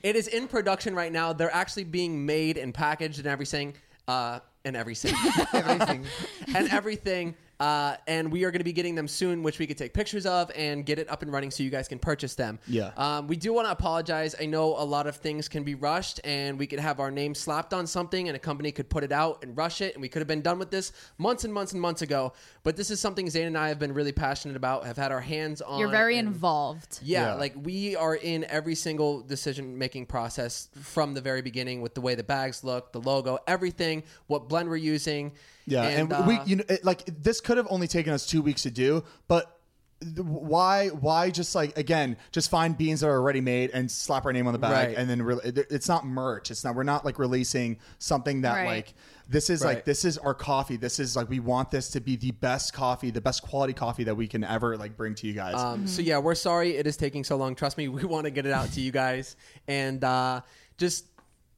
Speaker 3: it is in production right now. They're actually being made and packaged and everything, uh, and everything, (laughs)
Speaker 5: Everything.
Speaker 3: and everything. Uh, and we are going to be getting them soon, which we could take pictures of and get it up and running so you guys can purchase them.
Speaker 2: Yeah.
Speaker 3: Um, we do want to apologize. I know a lot of things can be rushed, and we could have our name slapped on something, and a company could put it out and rush it, and we could have been done with this months and months and months ago. But this is something Zane and I have been really passionate about, have had our hands
Speaker 4: (laughs)
Speaker 3: on.
Speaker 4: You're very
Speaker 3: and-
Speaker 4: involved.
Speaker 3: yeah,
Speaker 2: Yeah.
Speaker 3: like we are in every single decision making process from the very beginning with the way the bags look, the logo, everything, what blend we're using.
Speaker 2: Yeah, and,
Speaker 3: uh,
Speaker 2: we you know it, like this could have only taken us two weeks to do, but th- why why just like again just find beans that are already made and slap our name on the bag
Speaker 3: Right.
Speaker 2: and then re- it- it's not merch it's not we're not like releasing something that
Speaker 4: Right.
Speaker 2: like this is
Speaker 3: Right.
Speaker 2: like this is our coffee this is like we want this to be the best coffee the best quality coffee that we can ever like bring to you guys
Speaker 3: um, so yeah, we're sorry it is taking so long. Trust me, (laughs) we want to get it out to you guys, and uh, just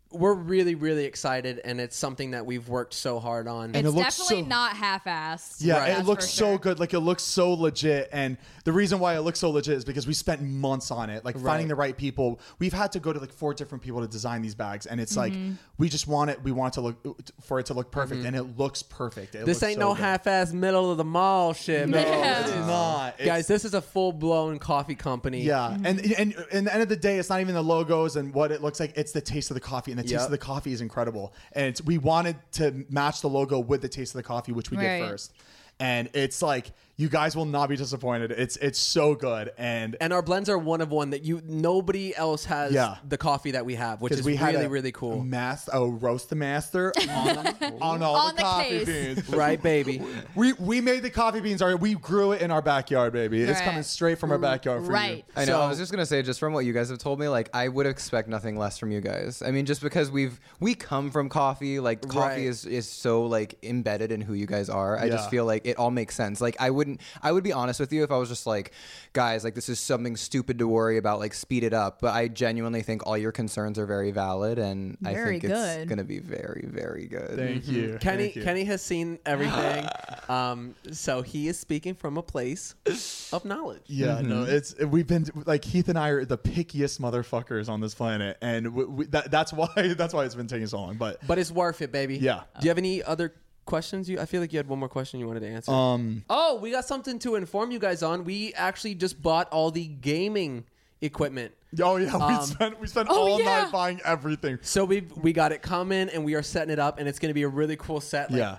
Speaker 3: we're really really excited, and it's something that we've worked so hard on.
Speaker 4: It's
Speaker 2: it looks
Speaker 4: definitely
Speaker 2: so-
Speaker 4: not half-assed.
Speaker 2: Yeah,
Speaker 3: Right.
Speaker 2: it
Speaker 4: That's
Speaker 2: looks
Speaker 4: for
Speaker 2: so
Speaker 4: sure.
Speaker 2: good. Like it looks so legit, and the reason why it looks so legit is because we spent months on it, like finding the right people. We've had to go to like four different people to design these bags, and it's like we just want it. We want it to look for it to look perfect, and it looks perfect. It
Speaker 3: this
Speaker 2: looks
Speaker 3: ain't
Speaker 2: so
Speaker 3: no
Speaker 2: good.
Speaker 3: half-ass middle of the mall shit, (laughs)
Speaker 2: No,
Speaker 3: man.
Speaker 2: it's not, It's-
Speaker 3: guys. This is a full-blown coffee company.
Speaker 2: Yeah,
Speaker 4: Mm-hmm.
Speaker 2: and and in the end of the day, it's not even the logos and what it looks like. It's the taste of the coffee, and the taste
Speaker 3: Yep.
Speaker 2: of the coffee is incredible. And it's, we wanted to match the logo with the taste of the coffee, which we
Speaker 4: Right.
Speaker 2: did first. And it's like you guys will not be disappointed. It's it's so good, and
Speaker 3: and our blends are one of one that you nobody else has
Speaker 2: Yeah.
Speaker 3: the coffee that we have, which
Speaker 2: because
Speaker 3: is
Speaker 2: we had
Speaker 3: really
Speaker 2: a
Speaker 3: really cool.
Speaker 2: Mass, oh, roast
Speaker 4: (laughs)
Speaker 2: the master on, on all
Speaker 4: On
Speaker 2: the,
Speaker 4: the
Speaker 2: coffee
Speaker 4: case.
Speaker 2: beans.
Speaker 3: Right, baby.
Speaker 2: (laughs) We we made the coffee beans. All right, we grew it in our backyard, baby. It's
Speaker 4: Right.
Speaker 2: coming straight from our backyard for you.
Speaker 4: Right.
Speaker 5: I know.
Speaker 3: So-
Speaker 5: I was just gonna say, just from what you guys have told me, like I would expect nothing less from you guys. I mean, just because we've we come from coffee, like coffee
Speaker 3: Right.
Speaker 5: is is so like embedded in who you guys are. I
Speaker 2: Yeah.
Speaker 5: just feel like it all makes sense. Like I wouldn't I would be honest with you if I was just like, guys, like this is something stupid to worry about, like speed it up. But I genuinely think all your concerns are very valid and I
Speaker 4: Very
Speaker 5: think
Speaker 4: good.
Speaker 5: it's gonna be very, very good.
Speaker 2: Thank you.
Speaker 3: Mm-hmm. Kenny
Speaker 2: Thank you.
Speaker 3: Kenny has seen
Speaker 2: (laughs)
Speaker 3: everything, um, so he is speaking from a place of knowledge.
Speaker 2: Yeah, no,
Speaker 3: Mm-hmm.
Speaker 2: it's we've been like Heath and I are the pickiest motherfuckers on this planet, and we, we, that, that's (laughs) why that's why it's been taking so long. But
Speaker 3: But it's worth it, baby.
Speaker 2: Yeah.
Speaker 3: Do you have any other questions? You, I feel like you had one more question you wanted to answer. Um. Oh, we got something to inform you guys on. We actually just bought all the gaming equipment.
Speaker 2: oh yeah, we
Speaker 3: um,
Speaker 2: spent we spent
Speaker 3: oh,
Speaker 2: all night buying everything.
Speaker 3: So we we got it coming, and we are setting it up, and it's going to be a really cool set. Like,
Speaker 2: Yeah,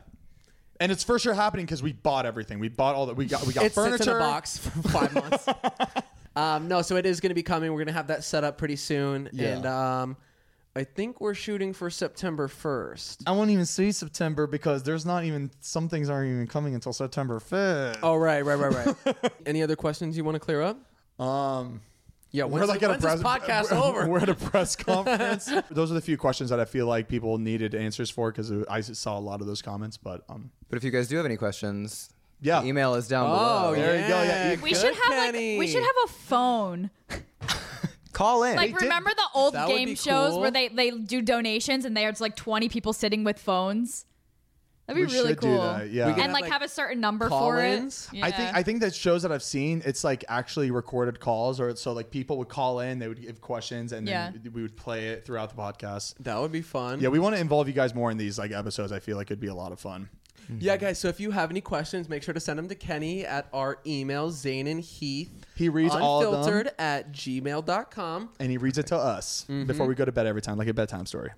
Speaker 2: and it's for sure happening because we bought everything. We bought all that we got. We got
Speaker 3: It
Speaker 2: furniture.
Speaker 3: sits in a box for
Speaker 4: (laughs)
Speaker 3: five months. um, no, so it is going to be coming. We're going to have that set up pretty soon,
Speaker 2: Yeah.
Speaker 3: and um, I think we're shooting for September first.
Speaker 2: I won't even see September because there's not even some things aren't even coming until September fifth.
Speaker 3: Oh right, right, right,
Speaker 2: (laughs)
Speaker 3: right. Any other questions you want to clear up?
Speaker 2: Um,
Speaker 3: Yeah, when's, the- when's this
Speaker 2: (laughs)
Speaker 3: podcast
Speaker 2: we're-
Speaker 3: over?
Speaker 2: We're at a
Speaker 3: (laughs)
Speaker 2: press conference. Those are the few questions that I feel like people needed answers for because I saw a lot of those comments. But um,
Speaker 5: But if you guys do have any questions,
Speaker 2: Yeah.
Speaker 5: the email is down
Speaker 3: Oh,
Speaker 5: below.
Speaker 3: yeah.
Speaker 2: There you go, yeah,
Speaker 3: Good
Speaker 4: We should have
Speaker 3: Kenny.
Speaker 4: like we should have a phone.
Speaker 5: Call in.
Speaker 4: Like remember the old
Speaker 3: That would be
Speaker 4: game shows
Speaker 3: cool.
Speaker 4: where they they do donations and there's like 20 people sitting with phones. That'd be
Speaker 2: we
Speaker 4: really
Speaker 2: should
Speaker 4: cool.
Speaker 2: do that. Yeah.
Speaker 3: We can
Speaker 4: And like,
Speaker 3: like,
Speaker 4: have a certain number for
Speaker 3: call-ins?
Speaker 4: it.
Speaker 2: I think I think that shows that I've seen it's like actually recorded calls, or it's so like people would call in, they would give questions, and then we would play it throughout the podcast.
Speaker 3: That would be fun.
Speaker 2: Yeah, we want to involve you guys more in these like episodes. I feel like it'd be a lot of fun.
Speaker 3: Yeah, guys. So if you have any questions, make sure to send them to Kenny at our email, Zane and Heath.
Speaker 2: He reads all of them.
Speaker 3: unfiltered at gmail.com.
Speaker 2: And he reads it to us
Speaker 5: Mm-hmm.
Speaker 2: before we go to bed every time, like a bedtime story.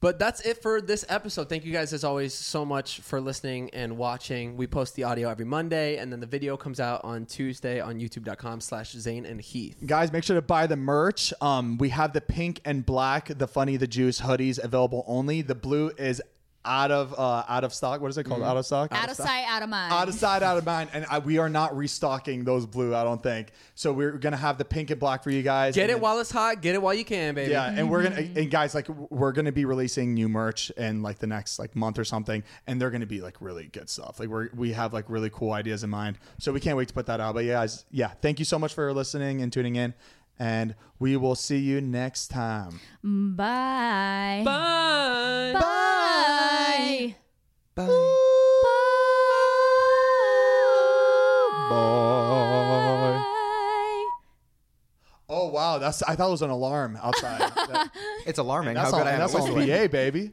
Speaker 3: But that's it for this episode. Thank you guys, as always, so much for listening and watching. We post the audio every Monday, and then the video comes out on Tuesday on youtube.com slash Zane and Heath.
Speaker 2: guys make sure to buy the merch um we have the pink and black the funny the juice hoodies available only the blue is out of uh out of stock what is it called
Speaker 3: Mm-hmm.
Speaker 2: out of stock
Speaker 4: out of sight, out of mind.
Speaker 2: out of sight out of mind and I, we are not restocking those blue i don't think so we're gonna have the pink and black for you guys
Speaker 3: Get
Speaker 2: and
Speaker 3: it
Speaker 2: then-
Speaker 3: while it's hot. Get it while you can, baby.
Speaker 2: yeah and we're gonna and guys like we're gonna be releasing new merch in like the next like month or something and they're gonna be like really good stuff like we're we have like really cool ideas in mind so we can't wait to put that out but yeah guys yeah thank you so much for listening and tuning in and we will see you next time
Speaker 4: Bye.
Speaker 3: Bye.
Speaker 4: Bye.
Speaker 2: Bye.
Speaker 4: Bye.
Speaker 2: oh wow that's i thought it was an alarm
Speaker 5: (laughs)
Speaker 2: outside That-
Speaker 5: it's alarming.
Speaker 2: that's
Speaker 5: How
Speaker 2: all,
Speaker 5: good I am
Speaker 2: that's
Speaker 5: at
Speaker 2: all
Speaker 5: whistling.
Speaker 2: pa baby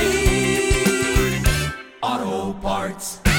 Speaker 3: oh, O'Reilly. Auto parts.